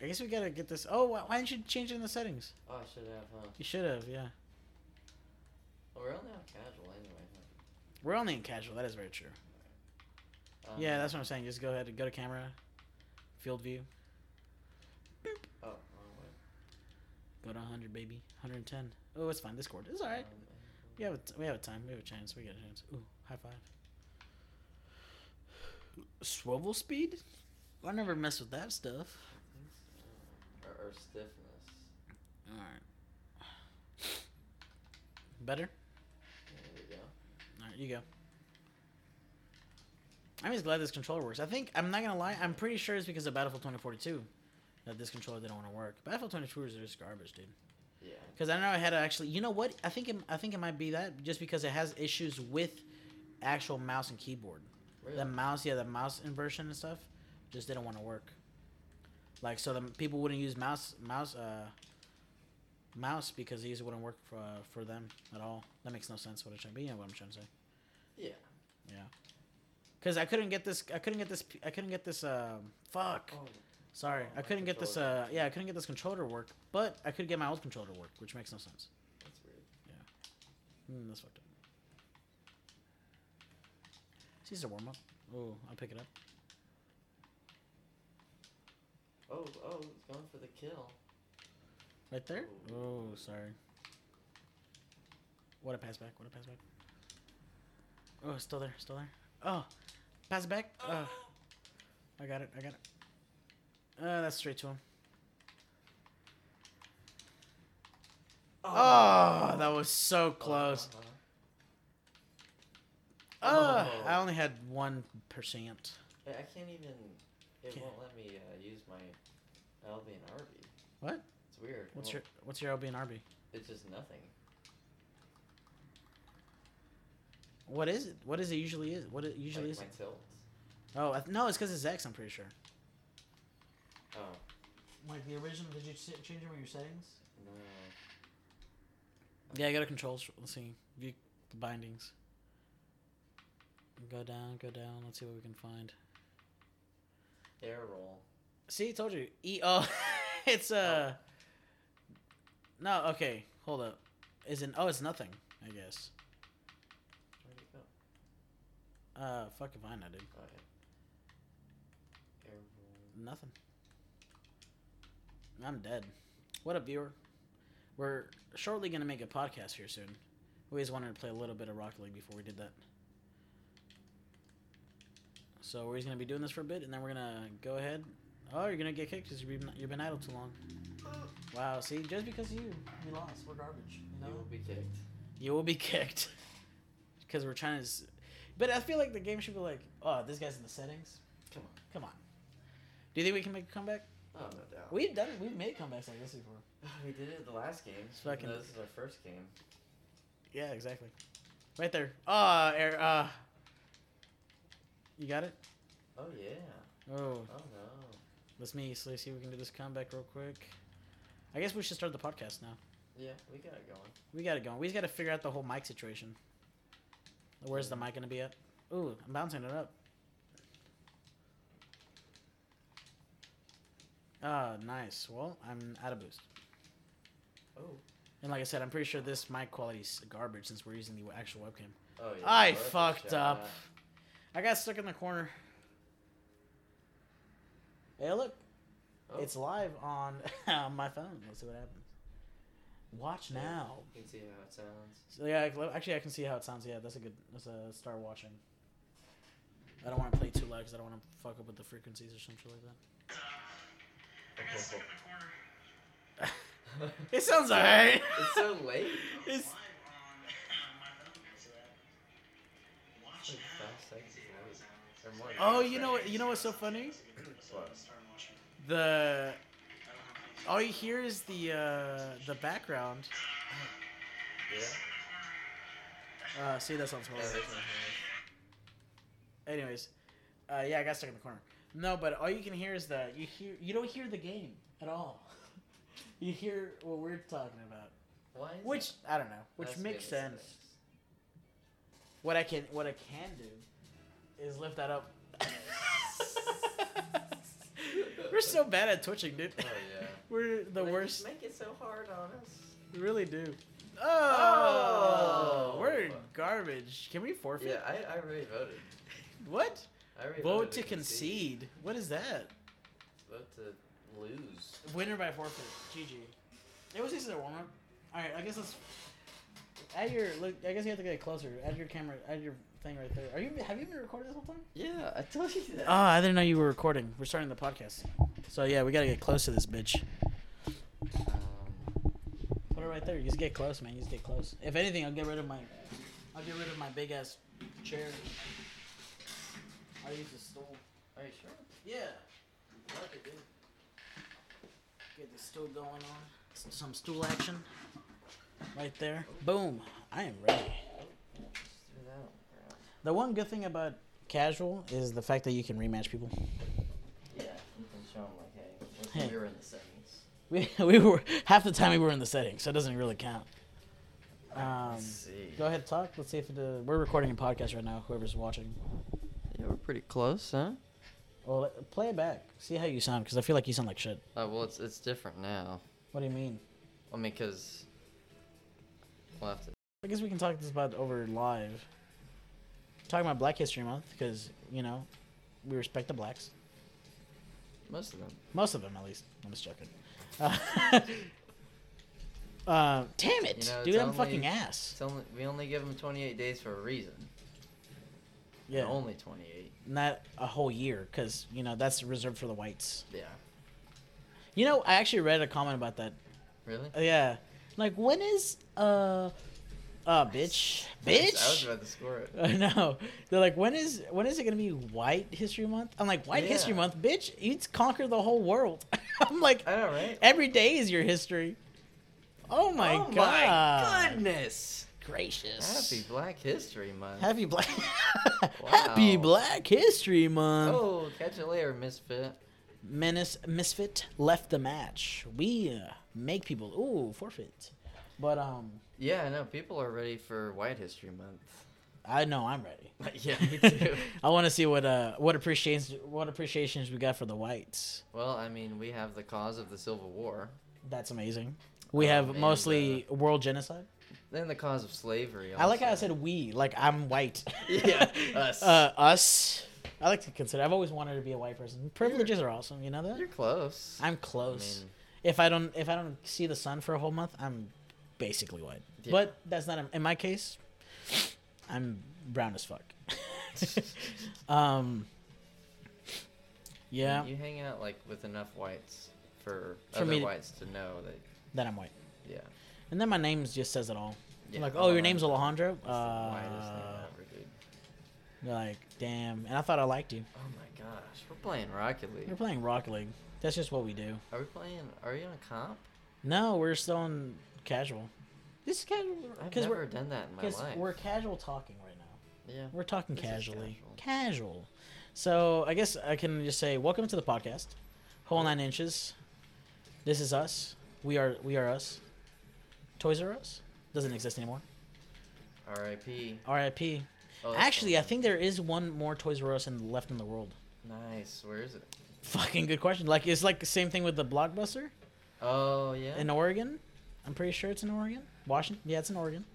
I guess we gotta get this. Oh, why, why didn't you change it in the settings? Oh, I should have, huh? You should have. Yeah. Well, we're only on casual anyway. We're only in casual. That is very true. Huh? Um, Yeah, that's what I'm saying. Just go ahead and go to camera, field view. Oh, wrong Go to 100, baby. 110. Oh, it's fine. Discord. It's all way. right. Um, We have a t- we have a time. We have a chance. We got a chance. Ooh, high five. Swivel speed? I never mess with that stuff. or, or stiffness. All right. Better. There we go. All right, you go. I'm just glad this controller works. I think I'm not gonna lie. I'm pretty sure it's because of Battlefield 2042 that this controller didn't want to work. Battlefield 2042 is just garbage, dude. Yeah. Because I know I had to actually. You know what? I think it, I think it might be that just because it has issues with actual mouse and keyboard. Really? The mouse, yeah, the mouse inversion and stuff, just didn't want to work. Like so, the people wouldn't use mouse mouse uh mouse because these wouldn't work for uh, for them at all. That makes no sense. What I'm trying, but you know what I'm trying to say. yeah. Because I couldn't get this. I couldn't get this. p- I couldn't get this. Um, fuck. Oh, Sorry, Oh, my I couldn't get this. controller. Uh, yeah, I couldn't get this controller to work, but I could get my old controller to work, which makes no sense. that's weird. Mm, that's fucked up. It's just a warm up. Oh, I'll pick it up. Oh, oh, he's going for the kill. Right there? Oh, sorry. What a pass back. What a pass back. Oh, it's still there. Still there. Oh, pass it back. Oh. I got it. I got it. Uh, that's straight to him. Oh, that was so close. Uh-huh. Oh, Oh. I only had 1%. Hey, I can't even. It Can't- won't let me uh, use my LB and RB. What? It's weird. What's Well, your what's your LB and RB? It's just nothing. What is it? What is it usually is? What it usually like is? my tilt. Oh, I th- no, it's because it's X, I'm pretty sure. Oh Like the original, did you change them in your settings? no. Yeah, I got to controls. Let's see. View the bindings. Go down, go down. Let's see what we can find. Air roll. See, told you. E oh, it's uh. No, okay. Hold up. Is it? Oh, it's nothing. I guess. Where'd it go? Uh, fuck if I know, dude. Okay. Air roll. Nothing. I'm dead. What up, viewer? We're shortly gonna make a podcast here soon. We always wanted to play a little bit of Rocket League before we did that. So we're just gonna be doing this for a bit, and then we're gonna go ahead. Oh, you're gonna get kicked because you've been, you've been idle too long. Wow, see, just because you you lost, we're garbage. You, You know? will be kicked. you will be kicked because we're trying to. s- But I feel like the game should be like, oh, this guy's in the settings. Come on. Come on. Do you think we can make a comeback? Oh no doubt. We've done we've made comebacks like this before. we did it the last game. It's fucking- even though This is our first game. Yeah, exactly. Right there. Ah, air. Ah. you got it. Oh yeah. Oh, Oh no. let's me. So let's see if we can do this comeback real quick. I guess we should start the podcast now. Yeah, we got it going. We got it going. We just got to figure out the whole mic situation. Where's the mic gonna be at? Ooh, I'm bouncing it up. Ah, nice. Well, I'm out of boost. Oh. And like I said, I'm pretty sure this mic quality's garbage since we're using the actual webcam. Oh, yeah, I fucked up. I got stuck in the corner. Hey, look. It's live on, on my phone. Let's see what happens. Watch now. You can see how it sounds. So yeah, I can- actually, I can see how it sounds. Yeah, that's a good. That's a start watching. I don't want to play too loud because I don't want to fuck up with the frequencies or something like that. It sounds alright. it's so late. It's- It's like five seconds late. Or more. oh, you know what? You know what's so funny? What? The all you hear is the uh, the background. Yeah. Uh, see, that sounds Yeah, horrible. there's no Anyways, uh, yeah, I got stuck in the corner. No, but all you can hear is the you hear you don't hear the game at all. you hear what we're talking about, Why is which it- I don't know, which That's makes good, that's sense. What I can what I can do is lift that up. we're so bad at twitching, dude. good. Oh yeah. We're the Why you worst. Make it so hard on us. We really do. Oh, Oh. we're garbage. Can we forfeit? Yeah, I, I really voted. What? I really Vote voted to concede. What is that? Vote to lose. Winner by forfeit. GG. It was just a warm up. All right, I guess let's. Add your look. I guess you have to get closer. Add your camera. Add your thing right there. Are you? Have you been recording this whole time? Yeah, I told you that. Oh, I didn't know you were recording. We're starting the podcast. So yeah, we gotta get close to this bitch. Uh. Um, Put it right there. You just get close, man. You just get close. If anything, I'll get rid of my. I'll get rid of my big ass chair. I use the stool. are you sure? Yeah. That could do. Get the stool going on. S- Some stool action. Right there. Boom. I am ready. Just do that one. The one good thing about casual is the fact that you can rematch people. Yeah, you can show them like, hey, look, Hey. you're in the settings. We, we were half the time we were in the settings, so it doesn't really count. Um, Let's see. go ahead, talk. Let's see if it, uh, we're recording a podcast right now. Whoever's watching, Yeah, we're pretty close, huh? well, let- play it back. See how you sound, because I feel like you sound like shit. Oh well, it's it's different now. What do you mean? I mean, cause we'll have to. I guess we can talk this about over live. Talking about Black History Month because you know we respect the blacks, Most of them. most of them at least. I'm just joking. Uh, uh, damn it, You know, dude! it's I'm fucking only- ass. It's only we only give them 28 days for a reason. Yeah, Only 28. not a whole year because you know that's reserved for the whites. Yeah. You know, I actually read a comment about that. Really? Uh, yeah, like when is uh, uh, bitch, I was- I was bitch. about to score it. I know. They're like, when is when is it gonna be White History Month? I'm like, White History Yeah. Month, bitch! You conquered the whole world. I'm like, I know, right? every day is your history. Oh my oh god! my goodness! Gracious. Happy Black History Month. Happy Black Happy Wow. Black History Month. oh, catch you later, misfit. Menace Misfit left the match. We uh, make people ooh forfeit. But um, Yeah, I know. People are ready for White History Month. I know I'm ready. yeah, me too. I want to see what uh what appreciations what appreciations we got for the whites. well, I mean, we have the cause of the Civil War, That's amazing. We Um, have and, mostly world genocide. then the cause of slavery. I like how I also. said we, like I'm white. Yeah, us. Uh, us. I like to consider. I've always wanted to be a white person. Privileges are awesome. You know that. You're close. I'm I close. mean, if I don't, if I don't see the sun for a whole month, I'm basically white. Yeah. But that's not in my case. I'm brown as fuck. um. Yeah, You hang out like with enough whites for, For other me to- whites to know that. then I'm white, Yeah. and then my name just says it all. yeah like, oh, your Alejandro name's Alejandro. is the whitest Uh, name ever, dude. You're like, damn. And I thought I liked you. Oh my gosh, we're playing Rocket We're League. playing Rocket League. That's just what we do. Are we playing? Are we on a comp? No, we're still on casual. This is casual I've because never we're done that in my because life. we're casual talking right now. yeah. We're talking This is casually. Casual. So I guess I can just say welcome to the podcast, whole nine inches. This is us. We are we are us. Toys R Us doesn't exist anymore. R.I.P. R.I.P. Oh, that's Actually, the I think there is one more Toys R Us in, left in the world. one. Nice. Where is it? Fucking good question. Like it's like the same thing with the Blockbuster Oh yeah. in Oregon. I'm pretty sure it's in Oregon, Washington. Yeah, it's in Oregon.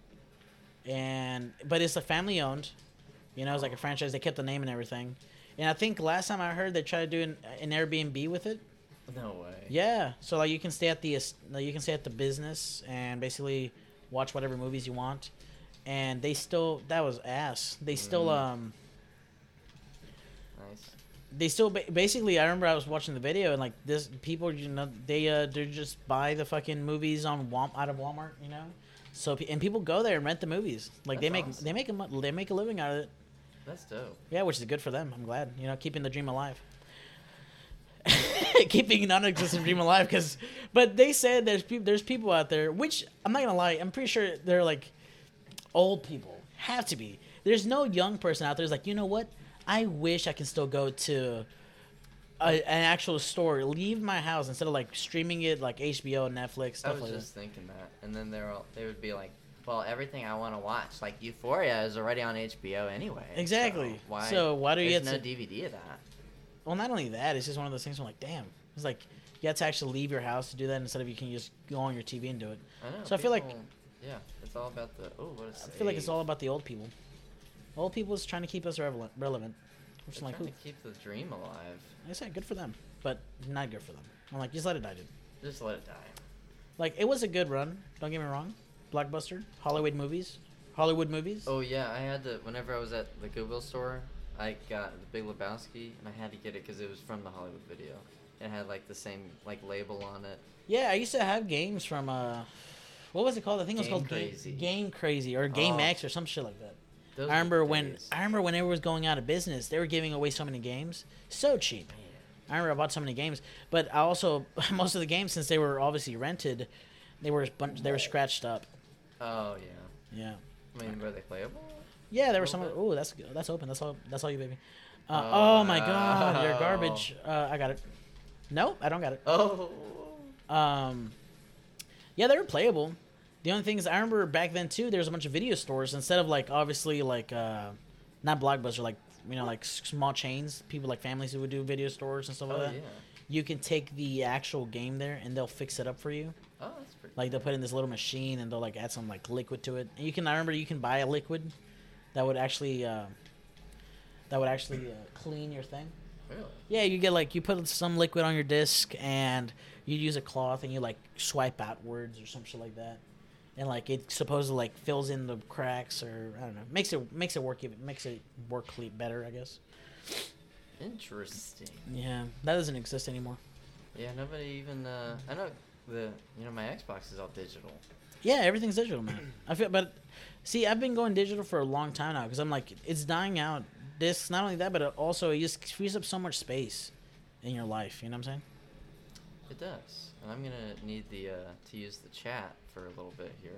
And but it's a family owned. You know, it's like a franchise. They kept the name and everything. And I think last time I heard they tried to do an, an Airbnb with it. No way. Yeah, so like you can stay at the es- like, you can stay at the business and basically watch whatever movies you want. And they still that was ass. They still Mm. um Nice. they still ba- basically I remember I was watching the video and like this people you know they uh they just buy the fucking movies on Wal- out of Walmart, you know. So pe- and people go there and rent the movies. Like they That's make awesome. they make a mo- they make a living out of it. That's dope. Yeah, which is good for them. I'm glad. You know, keeping the dream alive. keeping a non-existent dream alive because but they said there's people there's people out there which I'm not gonna lie I'm pretty sure they're like old people have to be there's no young person out there who's like you know what I wish I can still go to a, an actual store leave my house instead of like streaming it like HBO Netflix I stuff was like just thinking that, and then they're all they would be like, "Well, everything I want to watch, like Euphoria, is already on HBO anyway." so Exactly. why? So why do you there's get no to- DVD of that? that well not only that it's just one of those things where I'm like damn it's like you have to actually leave your house to do that instead of you can just go on your TV and do it I know. So I feel like- people- yeah, it's all about the oh, what is I feel like it's all about the old people. Old people is trying to keep us relevant, relevant which is They're like, trying ooh, to keep the dream alive. I said good for them, but not good for them. I'm like, just let it die, dude. Just let it die. Like it was a good run. Don't get me wrong. Blockbuster, Hollywood movies, Hollywood movies. Oh yeah, I had to. Whenever I was at the Goodwill store, I got the Big Lebowski, and I had to get it because it was from the Hollywood video. It had like the same like label on it. Yeah, I used to have games from uh, what was it called? I think it was Game called Ga- Crazy. Game Crazy or Game Oh. X or some shit like that. Those I remember were when days. I remember when it was going out of business, they were giving away so many games, so cheap. Man. I remember I bought so many games, but I also most of the games since they were obviously rented, they were bunch, they were scratched up. Oh yeah. Yeah, I mean, were they playable? yeah, there were some. Little Oh, that's that's open. That's all. That's all you, baby. Uh, oh, Oh, my god, you're no. garbage. Uh, I got it. No, I don't got it. Oh. Um, yeah, they were playable. The only thing is, I remember back then too. There was a bunch of video stores instead of like obviously like uh, not blockbuster, like you know like s- small chains. People like families who would do video stores and stuff Oh like that. yeah. You can take the actual game there and they'll fix it up for you. Oh, that's pretty. Like they'll put in this little machine and they'll like add some like liquid to it. And you can I remember you can buy a liquid that would actually uh, that would actually uh, clean your thing. Really? Yeah, you get like you put some liquid on your disc and you use a cloth and you like swipe outwards or some shit like that. And like it supposedly like fills in the cracks or I don't know. Makes it makes it work even makes it work cle- better, I guess. Interesting. Yeah. That doesn't exist anymore. Yeah, nobody even. Uh, I know the. You know, my Xbox is all digital. Yeah, everything's digital, man. I feel, but see, I've been going digital for a long time now because I'm like, it's dying out. This not only that, but it also it just frees up so much space in your life. You know what I'm saying? It does. And I'm gonna need the uh, to use the chat for a little bit here.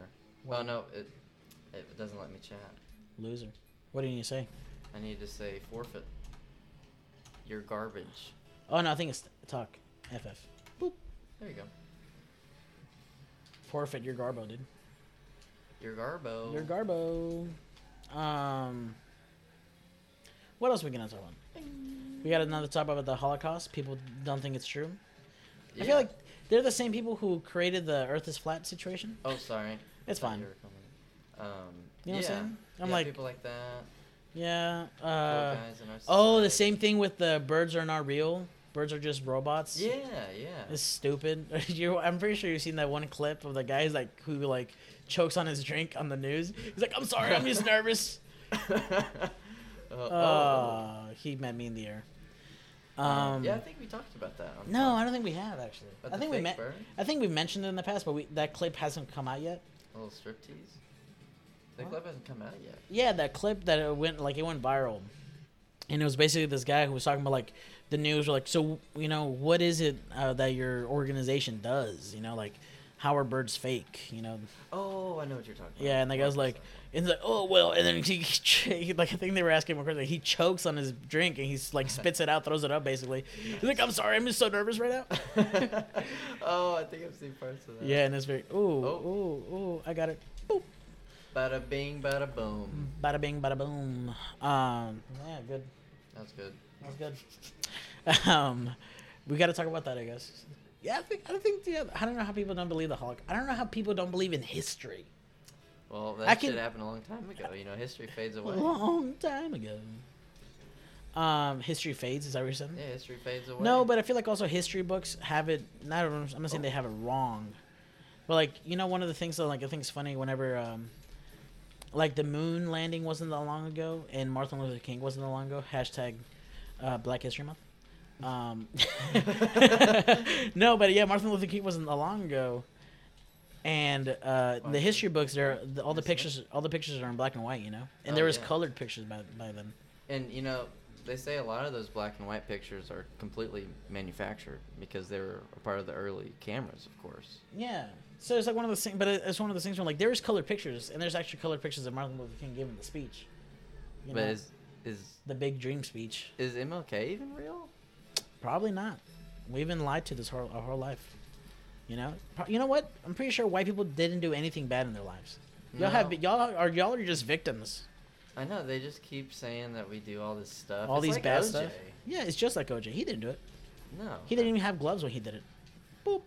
Wow. Oh no, it it doesn't let me chat. Loser. What do you need to say? I need to say forfeit. You're garbage. Oh no, I think it's talk. FF. There you go. Forfeit your garbo, dude. You're garbo. Your garbo. Um. What else we gonna talk about? We got another topic about the Holocaust. People don't think it's true. I Yeah. feel like they're the same people who created the Earth is flat situation. Oh, sorry. It's Thought fine. you were coming. Um, You yeah. know what I'm saying? I'm yeah, like, people like that. yeah. cool Uh, guys in our oh, the society. same thing with the birds are not real. Birds are just robots. Yeah, yeah. It's stupid. you I'm pretty sure you've seen that one clip of the guy's like who like chokes on his drink on the news. He's like, I'm sorry, I'm just nervous. Uh, Oh, oh. he met me in the air. Um, Um, yeah, I think we talked about that. on no, Fox. I don't think we have actually. About I the think we fake met. bird? I think we mentioned it in the past, but we, that clip hasn't come out yet. A little striptease. The What? clip hasn't come out yet. Yeah, that clip that it went like it went viral, and it was basically this guy who was talking about like the news. Were like, so you know, what is it uh, that your organization does? You know, like how are birds fake? You know, Oh, I know what you're talking about. yeah. And the guy's like, and he's like, oh well. And then he, he like I think they were asking him a question. He chokes on his drink and he's like spits it out, throws it up. Basically, he's like, I'm sorry, I'm just so nervous right now. oh, I think I've seen parts of that. Yeah, and it's very ooh Oh. ooh ooh. I got it. Boop. Bada bing, bada boom. Bada bing, bada boom. Um, yeah, good. That's good. That's good. Um, we got to talk about that, I guess. Yeah, I think I think yeah, I don't know how people don't believe the Holocaust. I don't know how people don't believe in history. Well, I that can- shit happened a long time ago. You know, history fades A away. long time ago. Um, history fades. Is that what you're saying? Yeah, history fades away. No, but I feel like also history books have it. Not I'm not saying they have it wrong, but like you know, one of the things that like I think is funny whenever um, like the moon landing wasn't that long ago, and Martin Luther King wasn't that long ago. Hashtag uh, Black History Month. Um, no, but yeah, Martin Luther King wasn't that long ago, and uh, the history books, there the, all the Yes, sir. pictures, all the pictures are in black and white, you know, and Oh, there was yeah. colored pictures by by then. And you know, they say a lot of those black and white pictures are completely manufactured because they were a part of the early cameras, of course. Yeah. So it's like one of those things, but it- it's one of those things where like there's colored pictures, and there's actually colored pictures of Martin Luther King giving the speech. You but know, is is the big dream speech. is MLK even real? Probably not. We've been lied to this whole our whole life. You know. Pro- you know what? I'm pretty sure white people didn't do anything bad in their lives. Y'all have No. y'all are y'all are just victims. I know they just keep saying that we do all this stuff. All It's these like bad OJ. stuff. Yeah, it's just like OJ. He didn't do it. No, Uh, He didn't even have gloves when he did it. Boop.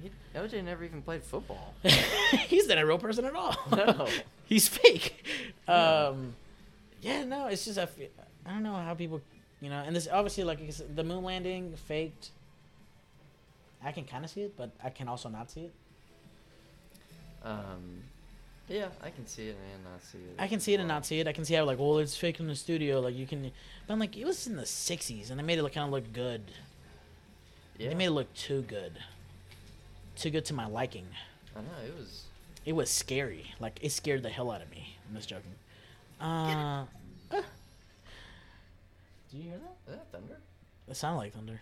He, OJ never even played football. He's not a real person at all. No. He's fake. Um, yeah, no, it's just I f- I don't know how people, you know, and this obviously like you said, the moon landing faked. I can kind of see it, but I can also not see it. Um, yeah, I can see it and not see it. I can see it and not see it. I can see how like, well, it's fake in the studio. Like you can, but I'm like, it was in the '60s, and they made it look kind of look good. Yeah, They made it look too good, too good to my liking. I know it was. It was scary. Like it scared the hell out of me. I'm just joking. Uh, uh. Do you hear that? Is that thunder? It sounded like thunder.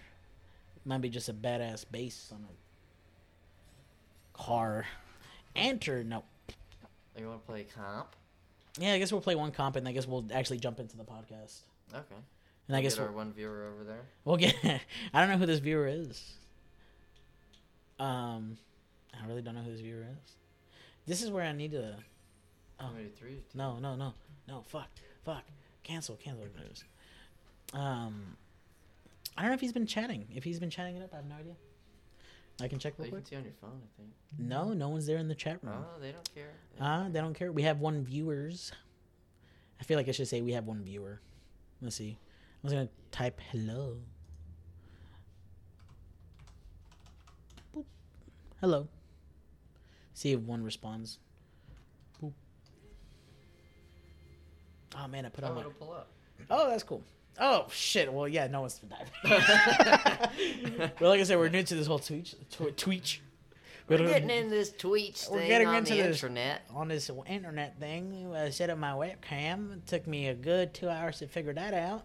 Might be just a badass bass on a car. Enter no. You want to play comp? Yeah, I guess we'll play one comp, and I guess we'll actually jump into the podcast. Okay. And I We'll guess get our we'll, one viewer over there. we'll get. I don't know who this viewer is. Um, I really don't know who this viewer is. This is where I need to. Oh. Maybe three. two- No, no, no, no. Fuck, fuck. Cancel, cancel. Um, I don't know if he's been chatting. If he's been chatting it up, I have no idea. I can check Oh, you real quick. can see on your phone, I think. No, no one's there in the chat room. Oh, they don't care. They- Ah, they don't care. We have one viewers. I feel like I should say we have one viewer. Let's see. I was gonna type hello. Boop. Hello. See if one responds. Boop. Oh man, I put on Oh, my. it'll pull up. Oh, that's cool. Oh shit. Well, yeah, no one's been diving. but like I said, we're new to this whole tweet. Tw- tweet. We're getting in this tweets We're thing getting on into the this. intranet. on this internet thing. I set up my webcam. It took me a good two hours to figure that out.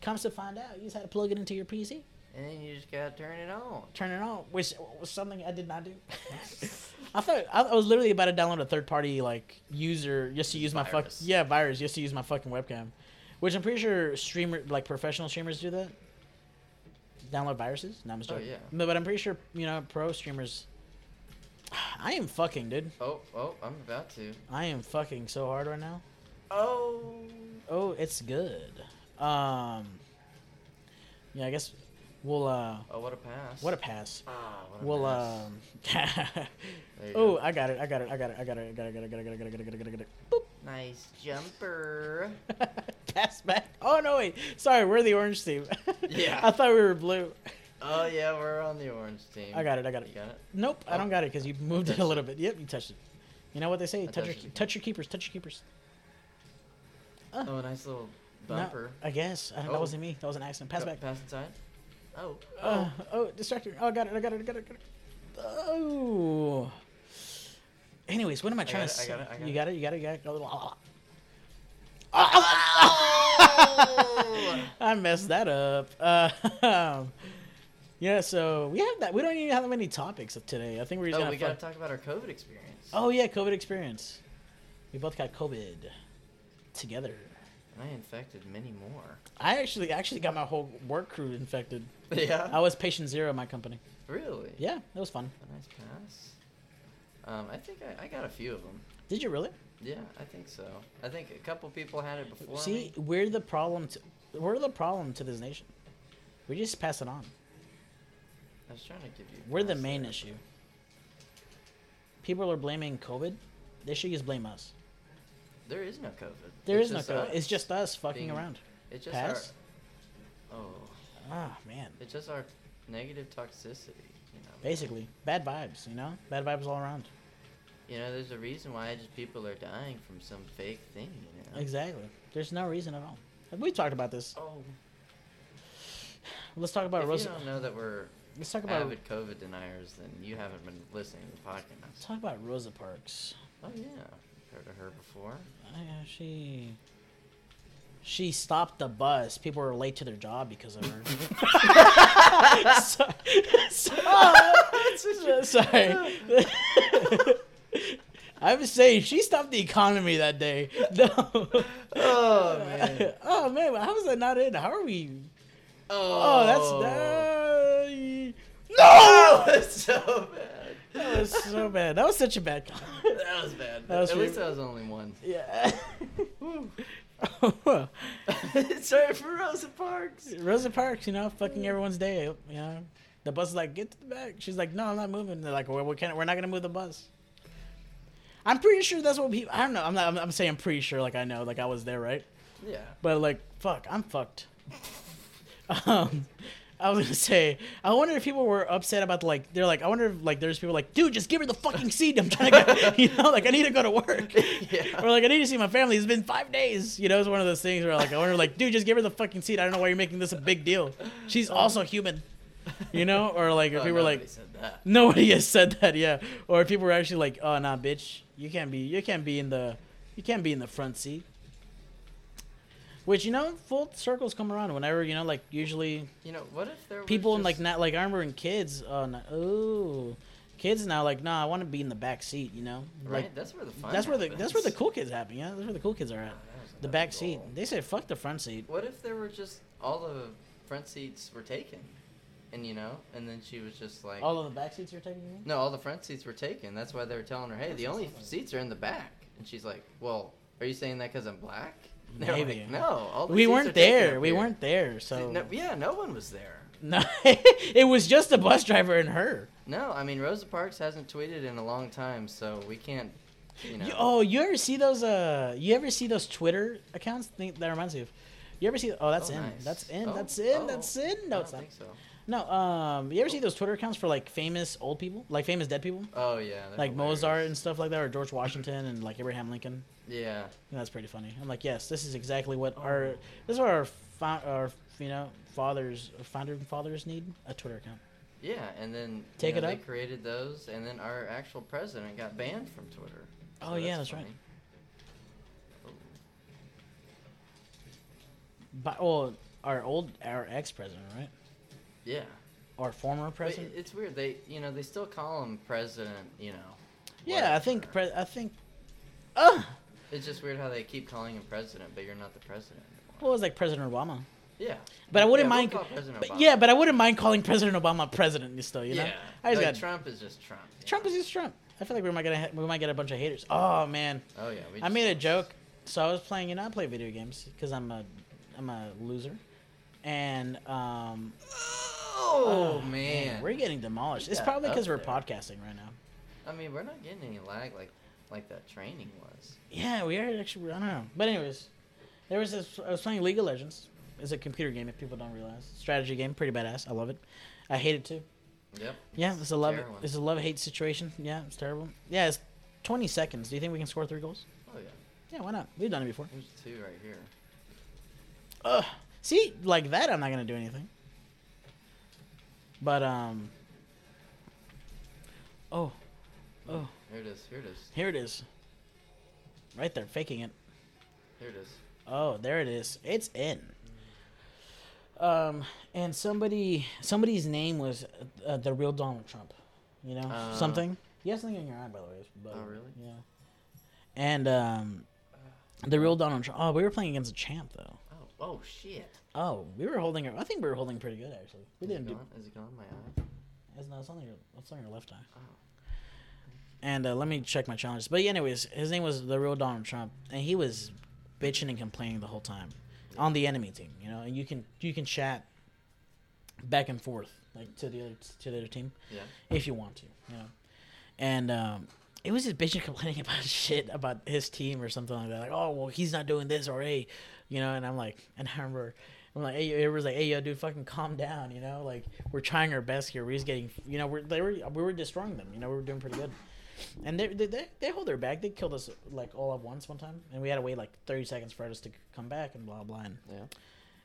Comes to find out, you just had to plug it into your PC, And then you just gotta turn it on. turn it on, which was something I did not do. I thought I I was literally about to download a third-party like user just to use my fuck Virus. yeah virus just to use my fucking webcam, which I'm pretty sure streamer like professional streamers do that. Download viruses? No, I'm just Oh, joking. yeah. No, but I'm pretty sure you know pro streamers. I am fucking dude. Oh, oh, I'm about to. I am fucking so hard right now. Oh. Oh, it's good. Um, yeah, I guess we'll. Uh, Oh, what a pass. what a pass. Ah, what a We'll. pass. Um, There you oh, go. I got it. I got it. I got it. I got it. I got it. I got it. I got it. I got it. I got it. I got it. I got it. Boop. Nice jumper. pass back. Oh no, wait. Sorry, we're the orange team. Yeah. I thought we were blue. oh yeah, we're on the orange team. I got it. I got You it. got it. Nope, I don't got it because you moved it Touched a it. little bit. Yep, you touched it. You know what they say? I Touch your touched it. touch your keepers. Touch your keepers. Ah. Oh, a nice little No, bumper. I guess. I don't, Oh. That wasn't me. That was an accident. Pass Go- back. Pass inside. Oh. Oh. Oh, oh, distractor. Oh, I got it. I got it. I got it. I got it. Oh. Anyways, what am I trying got it, to I say? got it, I got you it. got it. You got it. You got ah, it. Blah, blah, blah. Oh! ah. I messed that up. Uh, yeah, so we have that. We don't even have that many topics of today. I think we're just oh, gonna. we gotta fuck- talk about our COVID experience. oh yeah, COVID experience. We both got COVID together. I infected many more. I actually actually got my whole work crew infected. Yeah. I was patient zero at my company. Really? Oh. Yeah, that was fun. A nice pass. Um, I think I, I got a few of them. Did you really? Yeah, I think so. I think a couple people had it before See, me. we're the problem. To, we're the problem to this nation. We just pass it on. I was trying to give you. We're the props main there. issue. People are blaming COVID. They should just blame us. There is no COVID. There It's is no just COVID. us It's just us fucking being- around. It's just Pass. our. Oh, Ah man. it's just our negative toxicity. You know. Basically, bad vibes. You know, bad vibes all around. You know, there's a reason why just people are dying from some fake thing. You know. Exactly. There's no reason at all. We talked about this. Oh. Let's talk about if Rosa. you don't know that we're Let's talk about avid COVID deniers, then you haven't been listening to the let's podcast. talk about Rosa Parks. Oh yeah, heard of her before. I, uh, she she stopped the bus. People were late to their job because of her. so, so- so- sorry. I'm saying she stopped the economy that day. No. Oh oh man, how is that not in? How are we? Oh, Oh, that's no. Oh, that's so bad. That was so bad. That was such a bad. comment. That was bad. That was At really- least that was only one. yeah. Oh, Sorry for Rosa Parks. Rosa Parks, you know, fucking everyone's day. You know, the bus is like, get to the back. She's like, no, I'm not moving. They're like, well, we can't. We're not gonna move the bus. I'm pretty sure that's what people. I don't know. I'm not. I'm, I'm saying pretty sure. Like I know. Like I was there, right? Yeah. But like, fuck, I'm fucked. um, I was gonna say, I wonder if people were upset about like they're like, I wonder if like there's people like, dude, just give her the fucking seat. I'm trying to, go, you know, like I need to go to work, Yeah. or like I need to see my family. It's been five days. You know, it's one of those things where like I wonder, like, dude, just give her the fucking seat. I don't know why you're making this a big deal. She's also human, you know, or like if Oh, people were nobody like, said that. Nobody has said that, yeah. Or people were actually like, "Oh, nah, bitch, you can't be, you can't be in the, you can't be in the front seat." Which you know, full circles come around. Whenever you know, like usually You know, what if there was people just... and like not like I remember in kids, oh, no, ooh, kids now like, nah, I want to be in the back seat. You know, Right, like that's where the fun. that's, where the that's where the happens. cool kids happen. Yeah, that's where the cool kids are That at. was The another back seat. goal. They said, "Fuck the front seat." What if there were just all the front seats were taken, and you know, and then she was just like, All of the back seats are taking. you? no, all the front seats were taken. That's why they were telling her, hey, the only seats are in the back, and she's like, well, are you saying that because I'm black? And they were Maybe. Like, no, all the We seats are taken weren't there. up We here." weren't there. See, So no- yeah, no one was there. No, it was just the bus driver and her. No, I mean Rosa Parks hasn't tweeted in a long time, so we can't. You know. You- oh, you ever see those? Uh, you ever see those Twitter accounts? Think, that reminds me of. You ever see? Oh, that's Oh, in. nice. That's in. Oh, that's in. oh. That's in. I No, don't it's not. think so. No. Um, you ever see those Twitter accounts for like famous old people, like famous dead people, Oh yeah. they're like Mozart hilarious. and stuff like that, or George Washington and like Abraham Lincoln? Yeah. And that's pretty funny. I'm like, yes, this is exactly Oh. what our this is what our fou- our you know fathers, founder fathers need a Twitter account. Yeah, and then you Take know, it they up. created those, and then our actual president got banned from Twitter. Oh, yeah, that's right. funny. But well, our old our ex president, right? Yeah, Our former But president. it- it's weird. They, you know, they still call him president. You know. Yeah, I think whatever. pre- I think. Uh, it's just weird how they keep calling him president, but you're not the president. anymore. well, it was like President Obama. Yeah. But I wouldn't Yeah, we'll mind. call President but Obama. yeah, but I wouldn't mind calling President Obama president. Still, you know. yeah. I just like, got Trump is just Trump. you Trump know? is just Trump. I feel like we might get a, ha- we might get a bunch of haters. Oh man, Oh yeah. We I just- made a joke. So I was playing, you know, I play video games because I'm a I'm a loser, and um. Oh, man. we're getting demolished. We It's got probably up because we're there. podcasting right now. I mean, we're not getting any lag like like that training was. Yeah, we are actually. I don't know. But anyways, there was this. I was playing League of Legends. It's a computer game if people don't realize. Strategy game, pretty badass. I love it. I hate it too. Yep. Yeah, it's a love. terrible. It's a love hate situation. Yeah, it's terrible. Yeah, it's 20 seconds. Do you think we can score three goals? Oh yeah. Yeah, why not? We've done it before. There's two right here. Ugh. See, like that, I'm not gonna do anything. But um. Oh, oh, Here it is. Here it is. here it is. Right there, faking it. Here it is. Oh, there it is. It's in. Um, and somebody, somebody's name was uh, uh, the real Donald Trump. You know, Uh. something. You have something in your eye, by the way. But, Oh, really? Yeah. And um, the real Donald Trump. Oh, we were playing against a champ though. Oh, oh shit. Oh, we were holding. I think we were holding pretty good actually. We Is it didn't do. gone? Is it gone? My eye. It's, no, it's on your. It's on your left eye. Oh. And uh, let me check my challenges. But yeah, anyways, his name was the real Donald Trump, and he was bitching and complaining the whole time on the enemy team. You know, and you can you can chat back and forth like to the other to the other team Yeah. if you want to, you know. And um, it was just bitching, complaining about shit about his team or something like that. Like, oh well, he's not doing this or hey, you know. And I'm like, and I remember, I'm like, hey, it was like, hey, yo, dude, fucking calm down, you know. Like we're trying our best here. We're just getting, you know, we're they were we were destroying them. You know, we were doing pretty good. And they, they, they, they hold their back. They killed us like all at once one time, and we had to wait like thirty seconds for us to come back and blah blah. And, Yeah.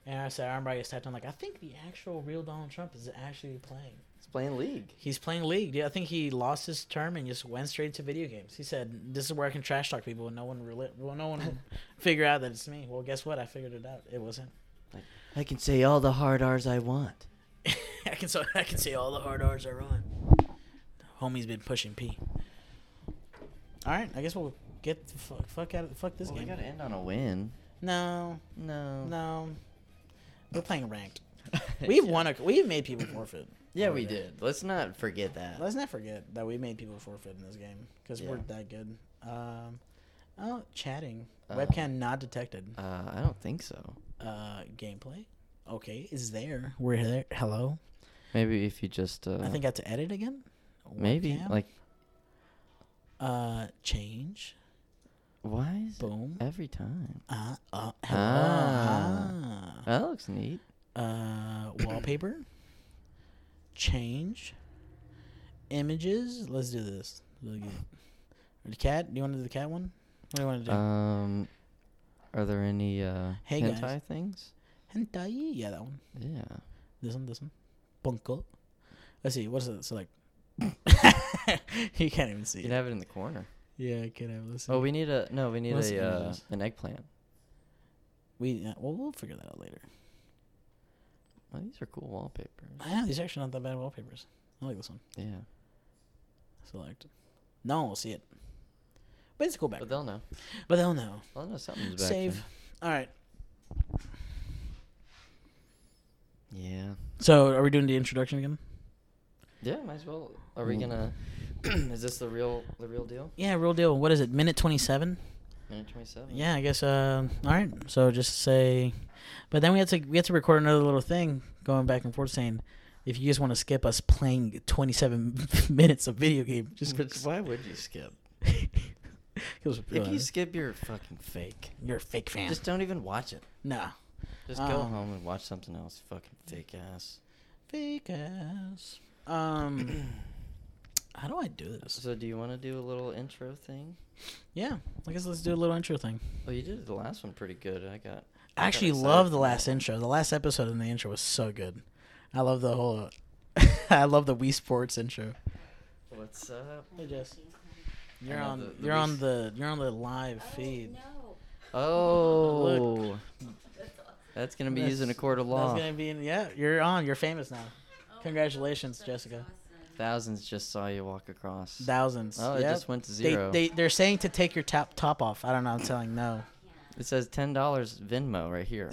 and I said, I remember I just typed on like, I think the actual real Donald Trump is actually playing. He's playing league. He's playing League. Yeah, I think he lost his term and just went straight to video games. He said, "This is where I can trash talk people, and no one rela- well, no one will figure out that it's me." Well, guess what? I figured it out. It wasn't. I can say all the hard R's I want. I can so I can say all the hard R's I run. Homie's been pushing P. All right, I guess we'll get the fuck, fuck out of fuck this Well, we game. gotta end on a win. No, No. no, we're playing ranked. We've won. A, we've made people forfeit. Yeah, we did. Let's not forget that. Let's not forget that we made people forfeit in this game because we're Yeah. that good. Um, oh, chatting. Uh, Webcam not detected. Uh, I don't think so. Uh, gameplay. Okay, is there? We're there. Hello. Maybe if you just. Uh, I think I have to edit again. maybe Webcam. like uh change. why is it Boom. every time? Uh, uh, hello. Ah. Ah. That looks neat. Uh, wallpaper. Change. Images. Let's do this. Really good. Or The cat. Do you want to do the cat one? What do you want to do? Um, are there any uh, Hey, guys. hentai things? Hentai. Yeah, that one. Yeah. This one, this one. Bunko. Let's see, what's it? So like you can't even see You it. can have it in the corner. yeah, I can't have this. Oh, we need a no. We need Let's a uh, images. an eggplant. we uh, well we'll figure that out later. Well, these are cool wallpapers. Ah, these are actually not that bad wallpapers. I like this one. Yeah, Select. No one will see it. But it's a cool back. but they'll know. But they'll know. They'll know something's back. Save. there. Alright. Yeah. So are we doing the introduction again? Yeah. Might as well. Are we gonna? is this the real the real deal? Yeah, real deal. What is it? Minute twenty seven? Minute twenty seven. Yeah, I guess. Uh, all right. So just say, but then we had to we had to record another little thing going back and forth saying, if you just want to skip us playing 27 minutes of video game, just why would you skip? because If you skip, you're fucking fake. you're a fake fan. Just don't even watch it. no, Just go Um, home and watch something else. Fucking fake ass. fake ass. Um, how do I do this? So, do you want to do a little intro thing? Yeah, I guess let's do a little intro thing. Well, you did the last one pretty good. I got. I got actually excited love for the that last one. intro. The last episode and the intro was so good. I love the whole. I love the Wii Sports intro. What's up? Hey Jess. You're know on the- the you're on least- the you're on the live feed. No. Oh, that's gonna be That's- using a court of That's law. gonna be in, yeah, you're on. You're famous now. Congratulations, Jessica. Thousands just saw you walk across. Thousands. Oh, it yep. just went to they, zero. they they're saying to take your top top off. I don't know, I'm telling no. It says ten dollars Venmo right here.